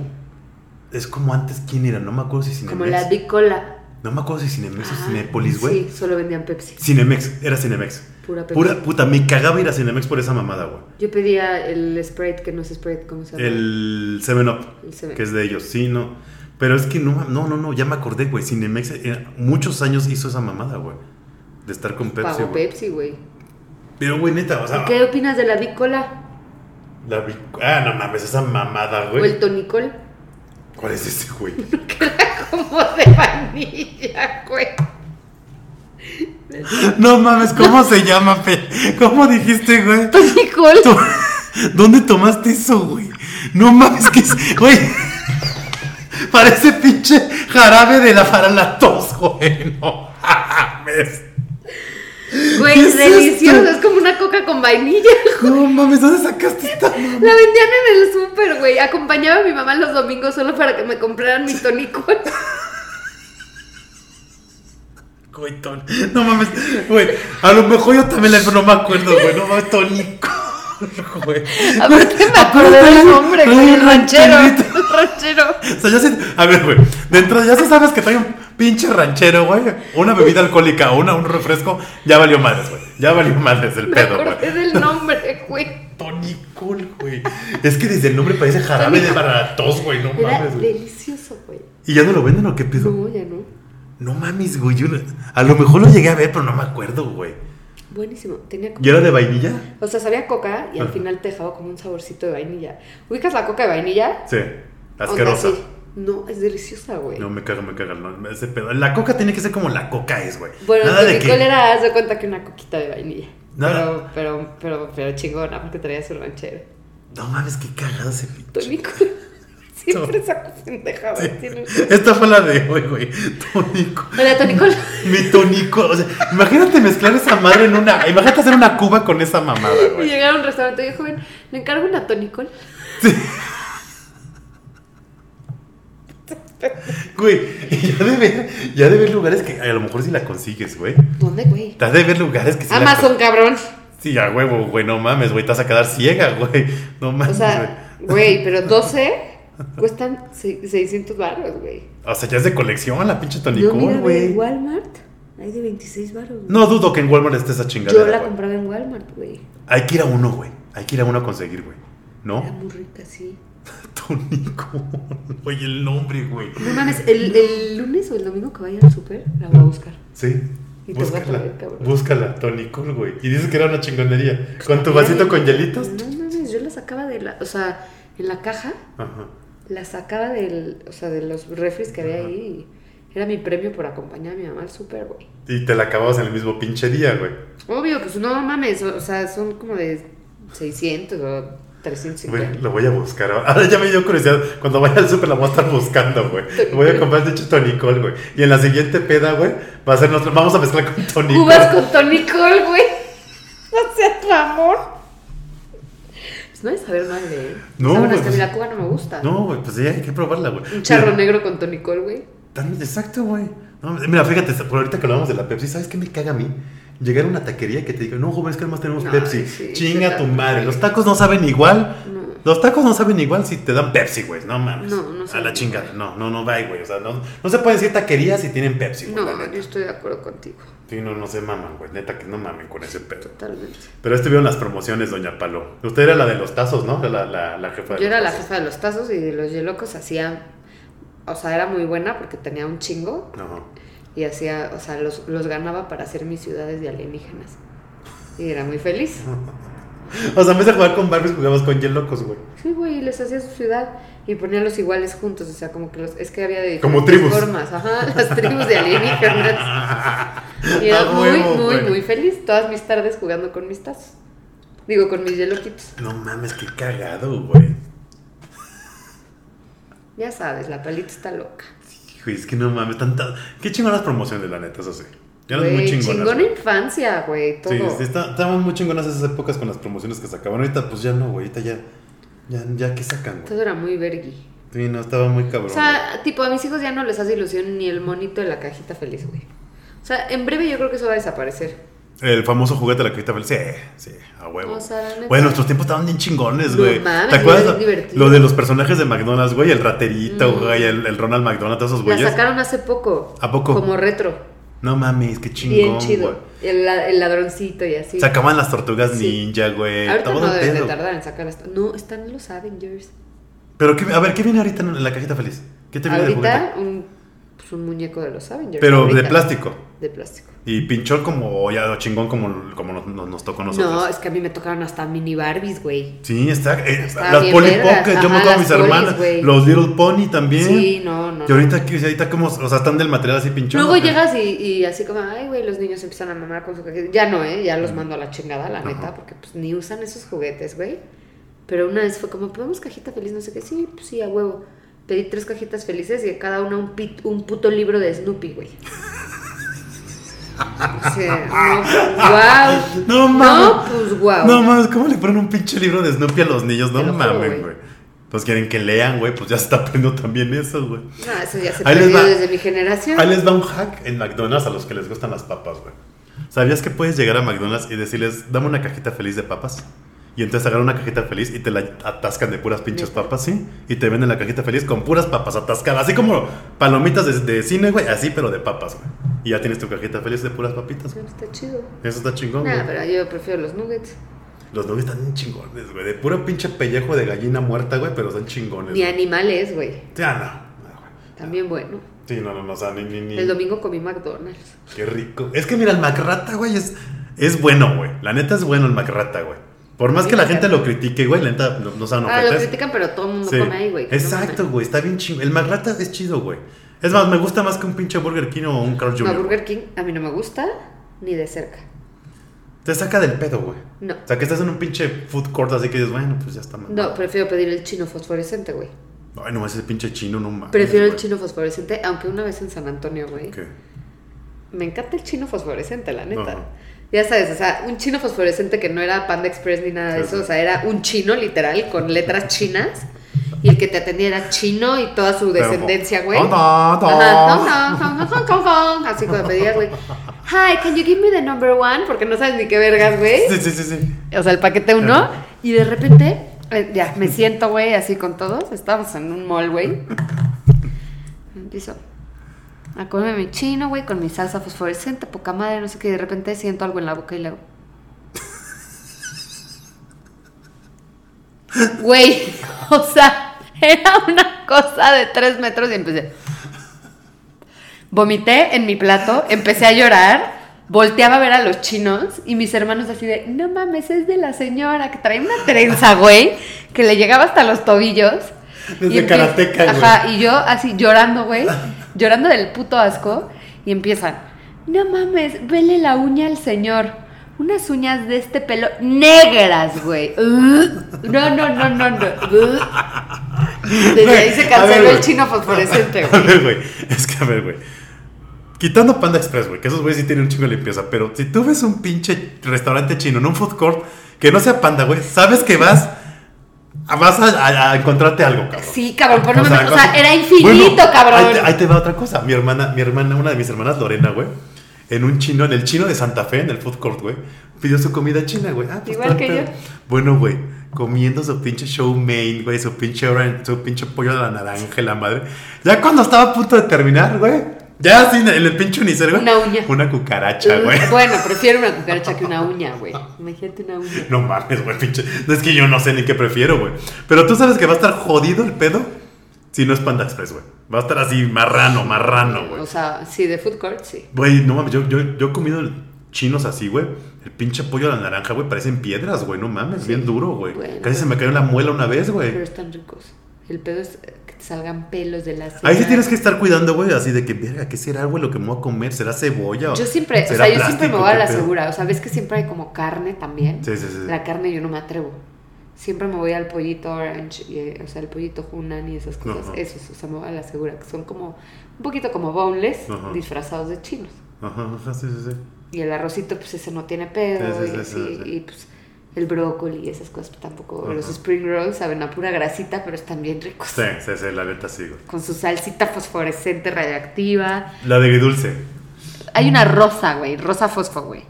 Speaker 2: Es como antes, ¿quién era? No me acuerdo si Cinemex.
Speaker 1: Como la bicola.
Speaker 2: No me acuerdo si Cinemex o
Speaker 1: Ah,
Speaker 2: Cinepolis, güey.
Speaker 1: Sí, Pues solo vendían Pepsi.
Speaker 2: Cinemex, era Cinemex.
Speaker 1: Pura Pepsi.
Speaker 2: Pura puta, me cagaba ir a Cinemex por esa mamada, güey.
Speaker 1: Yo pedía el Sprite, que no es Sprite, ¿cómo se llama?
Speaker 2: El 7-Up,
Speaker 1: El 7.
Speaker 2: que es de ellos, sí, no. Pero es que no, no, no, no, ya me acordé, güey. Cinemex eh, muchos años hizo esa mamada, güey. De estar con Pepsi,
Speaker 1: Pago
Speaker 2: güey.
Speaker 1: Pepsi, güey.
Speaker 2: Pero, güey, neta, o sea.
Speaker 1: ¿Qué opinas de la bicola?
Speaker 2: La vi- Ah, no mames, esa mamada,
Speaker 1: ¿O el
Speaker 2: güey.
Speaker 1: tonicol? <laughs>
Speaker 2: ¿Cuál es ese, güey? <laughs>
Speaker 1: Como de vainilla,
Speaker 2: <laughs>
Speaker 1: güey.
Speaker 2: No mames, ¿cómo se llama, pe? ¿Cómo dijiste, güey?
Speaker 1: Tonicol.
Speaker 2: To- <laughs> ¿Dónde tomaste eso, güey? No mames, que es. Güey. <laughs> Parece pinche jarabe de la para la tos, güey. No mames.
Speaker 1: Güey,
Speaker 2: ¿Qué
Speaker 1: es
Speaker 2: es esto?
Speaker 1: delicioso. Es como una coca con vainilla.
Speaker 2: No mames, ¿dónde sacaste esta?
Speaker 1: La vendían en el súper, güey. Acompañaba a mi mamá los domingos solo para que me compraran mi <laughs> tonicol.
Speaker 2: Güey, Ton- No mames, güey. A lo mejor yo también la no me acuerdo, güey. No mames, Tonico. <laughs> Güey.
Speaker 1: Aparte me acordé
Speaker 2: Aparte,
Speaker 1: del nombre,
Speaker 2: trae
Speaker 1: güey.
Speaker 2: un
Speaker 1: Ranchero. <laughs>
Speaker 2: rancherito.
Speaker 1: Ranchero.
Speaker 2: O sea, ya se... A ver, güey. Dentro de ya se sabes que trae un pinche ranchero, güey. Una bebida alcohólica o una, un refresco. Ya valió madres, güey. Ya valió madres el
Speaker 1: Me
Speaker 2: pedo, güey.
Speaker 1: acordé del nombre, güey.
Speaker 2: Tonicol, güey. Es que desde el nombre parece jarabe de baratos, güey. No
Speaker 1: Era
Speaker 2: mames, güey.
Speaker 1: delicioso, güey.
Speaker 2: ¿Y ya no lo venden o qué pedo?
Speaker 1: No, ya no.
Speaker 2: No mames, güey. yo no- A lo mejor lo llegué a ver, pero no me acuerdo, güey.
Speaker 1: Buenísimo. Tenía como...
Speaker 2: ¿Y era de vainilla?
Speaker 1: O sea, sabía coca y al final te dejaba como un saborcito de vainilla. ¿Ubicas la coca de vainilla?
Speaker 2: Sí.
Speaker 1: Asquerosa.
Speaker 2: Asquerosa.
Speaker 1: No, es deliciosa, güey.
Speaker 2: No, me cago, me cago. no, ese pedo. La coca tiene que ser como la coca es, güey.
Speaker 1: Bueno,
Speaker 2: Nada de
Speaker 1: el Nicole
Speaker 2: que...
Speaker 1: era, haz de cuenta que una coquita de vainilla.
Speaker 2: Nada.
Speaker 1: Pero, pero, pero, pero chingona, porque traía su ranchero.
Speaker 2: No mames, qué cagada se pinche.
Speaker 1: Tu <laughs> Nicole siempre saco pendejada.
Speaker 2: Sí. <laughs>
Speaker 1: tiene-
Speaker 2: Esta fue la de hoy, güey. Tónico.
Speaker 1: Hola, tu Nicole.
Speaker 2: Mi tónico. O sea, imagínate mezclar esa madre en una. Imagínate hacer una cuba
Speaker 1: <laughs>
Speaker 2: con esa mamada,
Speaker 1: Y
Speaker 2: güey.
Speaker 1: llegaron a un restaurante y dije, joven, ¿le encargo una tonicol?
Speaker 2: Güey, ya de, ver, ya de ver lugares que a lo mejor sí la consigues, güey.
Speaker 1: ¿Dónde, güey?
Speaker 2: Te has de ver lugares que sí la
Speaker 1: Amazon, cabrón.
Speaker 2: con- Sí, a huevo, güey, no mames, güey, te vas a quedar ciega, güey. No
Speaker 1: O
Speaker 2: mames, güey.
Speaker 1: sea, güey,
Speaker 2: <laughs>
Speaker 1: pero 12 cuestan se- 600 barros, güey.
Speaker 2: O sea, ya es de colección la pinche
Speaker 1: Yo
Speaker 2: tonicol,
Speaker 1: mira, güey, en
Speaker 2: güey.
Speaker 1: Walmart hay de 26 barros. güey.
Speaker 2: No dudo que en Walmart esté esa
Speaker 1: Yo
Speaker 2: chingadera,
Speaker 1: la
Speaker 2: güey.
Speaker 1: compraba en Walmart, güey.
Speaker 2: Hay que ir a uno, güey. Hay que ir a uno a conseguir, güey.
Speaker 1: Era
Speaker 2: ¿No?
Speaker 1: muy rica, sí.
Speaker 2: Tonicol. Oye, el nombre, güey.
Speaker 1: No mames, el, el lunes o el domingo que vaya al súper la voy a buscar.
Speaker 2: Sí.
Speaker 1: Y te voy a
Speaker 2: Búscala,
Speaker 1: traer, cabrón.
Speaker 2: búscala, tonicol, güey. Y dices que era una chingonería. Con tu
Speaker 1: Güey,
Speaker 2: vasito con hielitos.
Speaker 1: No mames, yo la sacaba de la. O sea, en la caja,
Speaker 2: Ajá.
Speaker 1: la sacaba del, o sea, de los refres que había ahí. y Era mi premio por acompañar a mi mamá al súper, güey.
Speaker 2: Y te la acababas en el mismo pinche día, güey.
Speaker 1: Obvio, pues no mames, o, o sea, son como de 600 o 350.
Speaker 2: Güey, lo voy a buscar. ahora. <laughs> Ahora ya me dio curiosidad. Cuando vaya al súper la voy a estar buscando, güey. Le Voy a comprar de hecho tonicol, güey. Y en la siguiente peda, güey, va a ser nuestro. Vamos a mezclar con tonicol.
Speaker 1: Uvas con tonicol, güey. <laughs> No seas mamón. Pues no es saber mal de él.
Speaker 2: No,
Speaker 1: No,
Speaker 2: güey,
Speaker 1: es que
Speaker 2: pues-
Speaker 1: a mí la cuba no me gusta.
Speaker 2: No, güey, pues ya hay que probarla, güey.
Speaker 1: Un charro
Speaker 2: Mira,
Speaker 1: negro con tonicol, güey.
Speaker 2: tan- Exacto, güey. No, mira, fíjate, por ahorita que hablamos de la Pepsi, ¿sabes qué me caga a mí? Llegar a una taquería que te diga, no, joven, es que además tenemos
Speaker 1: No,
Speaker 2: Pepsi.
Speaker 1: sí,
Speaker 2: Chinga
Speaker 1: sí,
Speaker 2: tu
Speaker 1: sí.
Speaker 2: madre. Los tacos no saben igual.
Speaker 1: No.
Speaker 2: Los tacos no saben igual si te dan Pepsi, güey. No mames.
Speaker 1: No, no
Speaker 2: A
Speaker 1: saben
Speaker 2: la chingada. No, no, no, bye, güey. O sea, no, no se pueden decir taquerías si tienen Pepsi, güey. la
Speaker 1: No,
Speaker 2: neta.
Speaker 1: yo estoy de acuerdo contigo.
Speaker 2: Sí, no, no se maman, güey. Neta, que no mamen con ese pedo.
Speaker 1: Totalmente.
Speaker 2: Pero estuvieron las promociones, Doña Palo. Usted era la de los tazos, ¿no? La, la, la jefa de
Speaker 1: Yo
Speaker 2: los
Speaker 1: era la
Speaker 2: tazos.
Speaker 1: jefa de los tazos y de los yelocos hacía. O sea, era muy buena porque tenía un chingo
Speaker 2: Ajá.
Speaker 1: y hacía, o sea, los, los ganaba para hacer mis ciudades de alienígenas. Y era muy feliz.
Speaker 2: O sea, en vez de jugar con Barbies, jugabas con Yen Locos, güey.
Speaker 1: Sí, güey, y les hacía su ciudad y ponían los iguales juntos, o sea, como que los... Es que había de
Speaker 2: Como
Speaker 1: diferentes
Speaker 2: tribus.
Speaker 1: formas, ajá, <laughs> las tribus de alienígenas.
Speaker 2: <laughs>
Speaker 1: Y
Speaker 2: A
Speaker 1: era muy,
Speaker 2: Ah, huevo,
Speaker 1: muy,
Speaker 2: güey.
Speaker 1: muy feliz todas mis tardes jugando con mis tazos. Digo, con mis yeloquitos.
Speaker 2: No mames, qué cagado, güey.
Speaker 1: Ya sabes, la palita está loca.
Speaker 2: Hijo, es que no mames, tanta... Qué chingonas promociones, la neta, eso sí. Ya eran muy
Speaker 1: Güey,
Speaker 2: chingonas.
Speaker 1: chingona
Speaker 2: güey.
Speaker 1: infancia, güey, todo.
Speaker 2: Sí, sí, está- estaban muy chingonas esas épocas con las promociones que sacaban. Ahorita, pues ya no, güey. Ahorita ya... Ya, ya ¿qué sacan, güey?
Speaker 1: Todo era muy vergui.
Speaker 2: Sí, no, estaba muy cabrón.
Speaker 1: O sea, tipo, a mis hijos ya no les hace ilusión ni el monito de la cajita feliz, güey. O sea, en breve yo creo que eso va a desaparecer.
Speaker 2: güey. El famoso juguete de la cajita feliz. Sí, sí, a huevo.
Speaker 1: O sea, la neta.
Speaker 2: Güey, nuestros tiempos estaban bien chingones,
Speaker 1: No
Speaker 2: güey.
Speaker 1: mames,
Speaker 2: ¿Te
Speaker 1: era
Speaker 2: acuerdas?
Speaker 1: bien divertido.
Speaker 2: Lo de los personajes de McDonald's, güey, el raterito,
Speaker 1: Mm.
Speaker 2: güey, el, el Ronald McDonald, todos esos
Speaker 1: La
Speaker 2: güeyes.
Speaker 1: sacaron hace poco.
Speaker 2: ¿A poco?
Speaker 1: Como retro.
Speaker 2: No mames, qué
Speaker 1: Bien
Speaker 2: chingón, güey.
Speaker 1: chido. El, la- el ladroncito y así.
Speaker 2: Sacaban las tortugas
Speaker 1: Sí.
Speaker 2: ninja, güey.
Speaker 1: Ahorita
Speaker 2: Todo
Speaker 1: no
Speaker 2: eh, el
Speaker 1: deben de
Speaker 2: pedo. Este
Speaker 1: tardar en sacar esto. No, están los Avengers.
Speaker 2: Pero qué- a ver, ¿qué viene ahorita en la cajita feliz? ¿Qué te viene de juguete?
Speaker 1: Ahorita un, pues, un muñeco de los Avengers.
Speaker 2: Pero
Speaker 1: ahorita.
Speaker 2: de plástico.
Speaker 1: De plástico.
Speaker 2: Y pinchón como ya o chingón como, como nos, nos- nos tocó a nosotros.
Speaker 1: No, es que a mí me tocaron hasta mini Barbies, güey.
Speaker 2: Sí, está. eh,
Speaker 1: Está
Speaker 2: las
Speaker 1: bien
Speaker 2: Polly
Speaker 1: vergas,
Speaker 2: Pocket, yo
Speaker 1: ajá,
Speaker 2: me acuerdo de mis
Speaker 1: las Polis,
Speaker 2: hermanas.
Speaker 1: güey.
Speaker 2: Los Little Pony también.
Speaker 1: Sí, no, no.
Speaker 2: Y ahorita, ¿qué? O sea, ahorita como, o sea, están del material así pinchón.
Speaker 1: Luego
Speaker 2: ¿o qué?
Speaker 1: llegas y, y así como, ay, güey, los niños empiezan a mamar con su juguete. Ya no, ¿eh? Ya los mando a la chingada, la
Speaker 2: Ajá.
Speaker 1: neta, porque pues ni usan esos juguetes, güey. Pero una vez fue como, ¿podemos cajita feliz? No sé qué. Sí, pues sí, a huevo. Pedí tres cajitas felices y a cada una un, pit- un puto libro de Snoopy, güey. O sea, no, wow.
Speaker 2: No mames.
Speaker 1: No, pues wow.
Speaker 2: No mames, ¿cómo le ponen un pinche libro de Snoopy a los niños? No
Speaker 1: Te lo juro,
Speaker 2: mames,
Speaker 1: güey.
Speaker 2: güey. Pues quieren que lean, güey. Pues ya se está aprendiendo también eso, güey.
Speaker 1: No, eso ya se
Speaker 2: Ahí les
Speaker 1: perdió
Speaker 2: va.
Speaker 1: desde mi generación.
Speaker 2: Ahí les da un hack en McDonald's a los que les gustan las papas, güey. ¿Sabías que puedes llegar a McDonald's y decirles, dame una cajita feliz de papas? Y entonces agarran una cajita feliz y te la atascan de puras pinches papas, ¿sí? Y te venden la cajita feliz con puras papas atascadas. Así como palomitas de, de cine, güey. Así, pero de papas, güey. Y ya tienes tu cajita feliz de puras papitas, güey.
Speaker 1: No, Está chido.
Speaker 2: Eso está chingón, güey.
Speaker 1: Nada, pero yo prefiero los nuggets.
Speaker 2: Los nuggets están bien chingones, güey. De puro pinche pellejo de gallina muerta, güey, pero son chingones.
Speaker 1: Ni animales, güey.
Speaker 2: Ya, no. No, güey.
Speaker 1: También bueno.
Speaker 2: Sí, no, no, no, o sea, ni, ni, ni.
Speaker 1: El domingo comí McDonald's.
Speaker 2: Qué rico. Es que mira, el macrata, güey, es, es bueno, güey. La neta es bueno el macrata, güey. Por más
Speaker 1: Sí,
Speaker 2: que la
Speaker 1: me
Speaker 2: gente
Speaker 1: encanta.
Speaker 2: lo critique, güey, la neta no, no saben
Speaker 1: Ah, lo
Speaker 2: ofertas.
Speaker 1: critican, pero todo el mundo
Speaker 2: Sí.
Speaker 1: come ahí, güey. que no
Speaker 2: Exacto, güey. Está bien chingo. El macrata es chido, güey. Es más, me gusta más que un pinche Burger King o un Carl
Speaker 1: mames.
Speaker 2: Jr.
Speaker 1: No, Burger King a mí no me gusta ni de cerca.
Speaker 2: Te saca del pedo, güey.
Speaker 1: No.
Speaker 2: O sea, que estás en un pinche food court, así que dices, bueno, pues ya está mal.
Speaker 1: No, prefiero pedir el chino fosforescente, güey.
Speaker 2: Ay, no, ese pinche chino, no mames.
Speaker 1: Prefiero el
Speaker 2: güey.
Speaker 1: chino fosforescente, aunque una vez en San Antonio, güey.
Speaker 2: ¿Qué?
Speaker 1: Me encanta el chino fosforescente, la neta.
Speaker 2: Ajá.
Speaker 1: Ya sabes, o sea, un chino fosforescente que no era Panda Express ni nada de
Speaker 2: Sí,
Speaker 1: eso,
Speaker 2: sí.
Speaker 1: o sea, era un chino literal con letras chinas y el que te atendía era chino y toda su
Speaker 2: Pero-
Speaker 1: descendencia, güey.
Speaker 2: Tom, tom, tom.
Speaker 1: Ajá, tom, tom, tom, tom, tom, tom, Así cuando pedías, güey. Hi, can you give me the number one? Porque no sabes ni qué vergas, güey.
Speaker 2: Sí, sí, sí, sí.
Speaker 1: O sea, el paquete uno.
Speaker 2: Ajá.
Speaker 1: Y de repente, eh, ya, me siento, güey, así con todos. Estábamos en un mall, güey. Empiezo a comerme mi chino, güey, con mi salsa fosforescente, poca madre, no sé qué. Y de repente siento algo en la boca y le hago. Güey, <laughs> o sea, era una cosa de tres metros y empecé. Vomité en mi plato, empecé a llorar, volteaba a ver a los chinos y mis hermanos así de, no mames, es de la señora que trae una trenza, güey, que le llegaba hasta los tobillos.
Speaker 2: Desde
Speaker 1: Y empie-
Speaker 2: Karateka, güey.
Speaker 1: Ajá, y yo así llorando, güey, llorando del puto asco y empiezan, no mames, vele la uña al señor. Unas uñas de este pelo negras, güey. <laughs> Ugh. No, no, no, no, no. Ugh. Desde ahí se
Speaker 2: A
Speaker 1: canceló
Speaker 2: ver,
Speaker 1: el
Speaker 2: güey.
Speaker 1: chino fosforescente,
Speaker 2: <laughs> A
Speaker 1: güey.
Speaker 2: ver, güey. Es que, a ver, güey. Quitando Panda Express, güey, que esos güeyes sí tienen un chingo de limpieza. Pero si tú ves un pinche restaurante chino en un food court que no sea Panda, güey, sabes que vas, a- vas a, a- a encontrarte algo, cabrón.
Speaker 1: Sí, cabrón, pero no mames, o
Speaker 2: cosa-
Speaker 1: sea, era infinito,
Speaker 2: Bueno,
Speaker 1: cabrón.
Speaker 2: Ahí te, ahí te va otra cosa. Mi hermana, mi hermana, una de mis hermanas, Lorena, güey, en un chino, en el chino de Santa Fe, en el food court, güey, pidió su comida china, güey. Ah,
Speaker 1: Igual
Speaker 2: tal
Speaker 1: que
Speaker 2: pedo.
Speaker 1: yo.
Speaker 2: Bueno, güey, comiendo su pinche show main, güey, su pinche oran- su pinche pollo de la naranja, y la madre. Ya cuando estaba a punto de terminar, güey, ya así en el, en el pinche unicel, güey.
Speaker 1: Una uña.
Speaker 2: Una cucaracha, güey.
Speaker 1: Bueno, prefiero una cucaracha que una uña, güey. Imagínate una uña.
Speaker 2: No mames, güey, pinche. No, es que yo no sé ni qué prefiero, güey. Pero tú sabes que va a estar jodido el pedo si no es Panda Express, güey. Va a estar así marrano, marrano, güey.
Speaker 1: O sea, sí, de food court, sí.
Speaker 2: Güey, no mames, yo, yo, yo he comido chinos así, güey. El pinche pollo a la naranja, güey, parecen piedras, güey. No mames, bien duro, güey.
Speaker 1: Bueno,
Speaker 2: Casi se me cayó en la muela una vez,
Speaker 1: Pero
Speaker 2: güey.
Speaker 1: están ricos. El pedo es que te salgan pelos de las.
Speaker 2: Ahí sí tienes que estar cuidando, güey, así de que, verga, ¿qué será, güey, lo que me voy a comer? ¿Será cebolla?
Speaker 1: Yo siempre, o sea,
Speaker 2: ¿Será
Speaker 1: yo siempre me
Speaker 2: plástico?
Speaker 1: voy a
Speaker 2: ¿Qué
Speaker 1: la
Speaker 2: pedo?
Speaker 1: segura. O sea, ves que siempre hay como carne también.
Speaker 2: Sí, sí, sí.
Speaker 1: La carne yo no me atrevo. Siempre me voy al pollito orange, y, eh, o sea, el pollito Hunan y esas
Speaker 2: No,
Speaker 1: cosas.
Speaker 2: no.
Speaker 1: Esos, o sea, me voy a la segura, que son como un poquito como boneless,
Speaker 2: Ajá.
Speaker 1: disfrazados de chinos.
Speaker 2: Ajá, ajá, sí, sí, sí.
Speaker 1: Y el arrocito, pues ese no tiene pedo.
Speaker 2: Sí, sí,
Speaker 1: y,
Speaker 2: sí, sí,
Speaker 1: así,
Speaker 2: sí.
Speaker 1: y, pues el brócoli y esas cosas pues, tampoco. Los
Speaker 2: Ajá.
Speaker 1: spring rolls saben a pura grasita, pero están bien ricos.
Speaker 2: Sí, sí, sí, la neta sí, güey.
Speaker 1: Con su salsita fosforescente radioactiva.
Speaker 2: La de agridulce.
Speaker 1: Hay una rosa, güey, rosa fosfo, güey.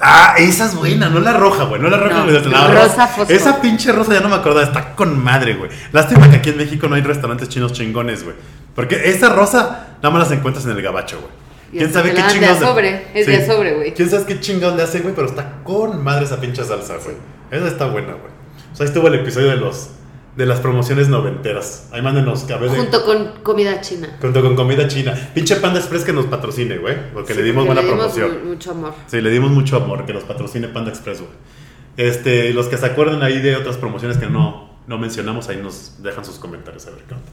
Speaker 2: Ah, esa es buena, no la roja, güey, no la roja.
Speaker 1: No,
Speaker 2: güey, la
Speaker 1: rosa
Speaker 2: rosa.
Speaker 1: fosfo.
Speaker 2: Esa pinche rosa ya no me acordaba, está con madre, güey. Lástima que aquí en México no hay restaurantes chinos chingones, güey. Porque esa rosa nada más las encuentras en el gabacho, güey.
Speaker 1: Y
Speaker 2: ¿Quién
Speaker 1: hasta
Speaker 2: sabe
Speaker 1: te
Speaker 2: qué
Speaker 1: la dan de
Speaker 2: chingados?
Speaker 1: a sobre, es de a sobre, güey.
Speaker 2: ¿Quién sabe qué chingados le hace, güey? Pero está con madre esa pinche salsa, güey. Esa está buena, güey. O sea, ahí estuvo el episodio de los de las promociones noventeras. Ahí mándenos cabeza.
Speaker 1: Junto con comida china.
Speaker 2: Junto con comida china. Pinche Panda Express que nos patrocine, güey. Porque
Speaker 1: Sí,
Speaker 2: le dimos
Speaker 1: porque
Speaker 2: buena
Speaker 1: le dimos
Speaker 2: promoción.
Speaker 1: mu- mucho amor.
Speaker 2: Sí, le dimos mucho amor que los patrocine Panda Express, güey. Este, los que se acuerdan ahí de otras promociones que no, no mencionamos, ahí nos dejan sus comentarios a ver qué onda.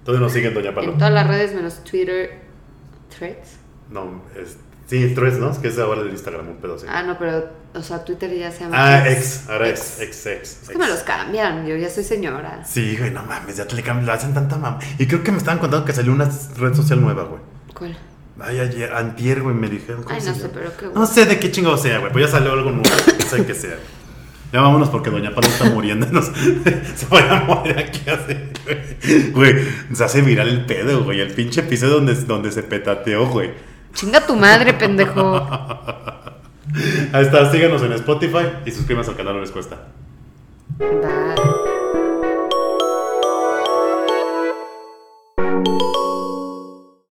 Speaker 2: Entonces nos siguen Doña
Speaker 1: En
Speaker 2: Paloma.
Speaker 1: todas las redes menos Twitter. ¿Threads?
Speaker 2: No, es, sí, tres, ¿no? Es que es ahora del Instagram, un pedo así.
Speaker 1: Ah, no, pero, o sea, Twitter ya se llama.
Speaker 2: Ah,
Speaker 1: Threads.
Speaker 2: ex, ahora ex, ex, ex.
Speaker 1: Es que me los cambiaron, yo ya soy señora.
Speaker 2: Sí, güey, no mames, ya te le cambian, le hacen tanta mam. Y creo que me estaban contando que salió una red social nueva, güey.
Speaker 1: ¿Cuál?
Speaker 2: Ay, ayer, antier, güey, me dijeron. ¿cómo
Speaker 1: Ay,
Speaker 2: se
Speaker 1: no sé,
Speaker 2: llama?
Speaker 1: pero qué
Speaker 2: No sé de qué chingado sea, güey, pues ya salió algo nuevo, <coughs> no sé qué sea. güey. Ya vámonos porque Doña Paloma está muriendo, nos- <laughs> se van a morir aquí así, güey. Güey, se hace viral el pedo, güey, el pinche episodio donde, donde se petateó, güey.
Speaker 1: Chinga tu madre, pendejo.
Speaker 2: <laughs> Ahí está, síganos en Spotify y suscríbanse al canal, no les cuesta.
Speaker 1: Bye.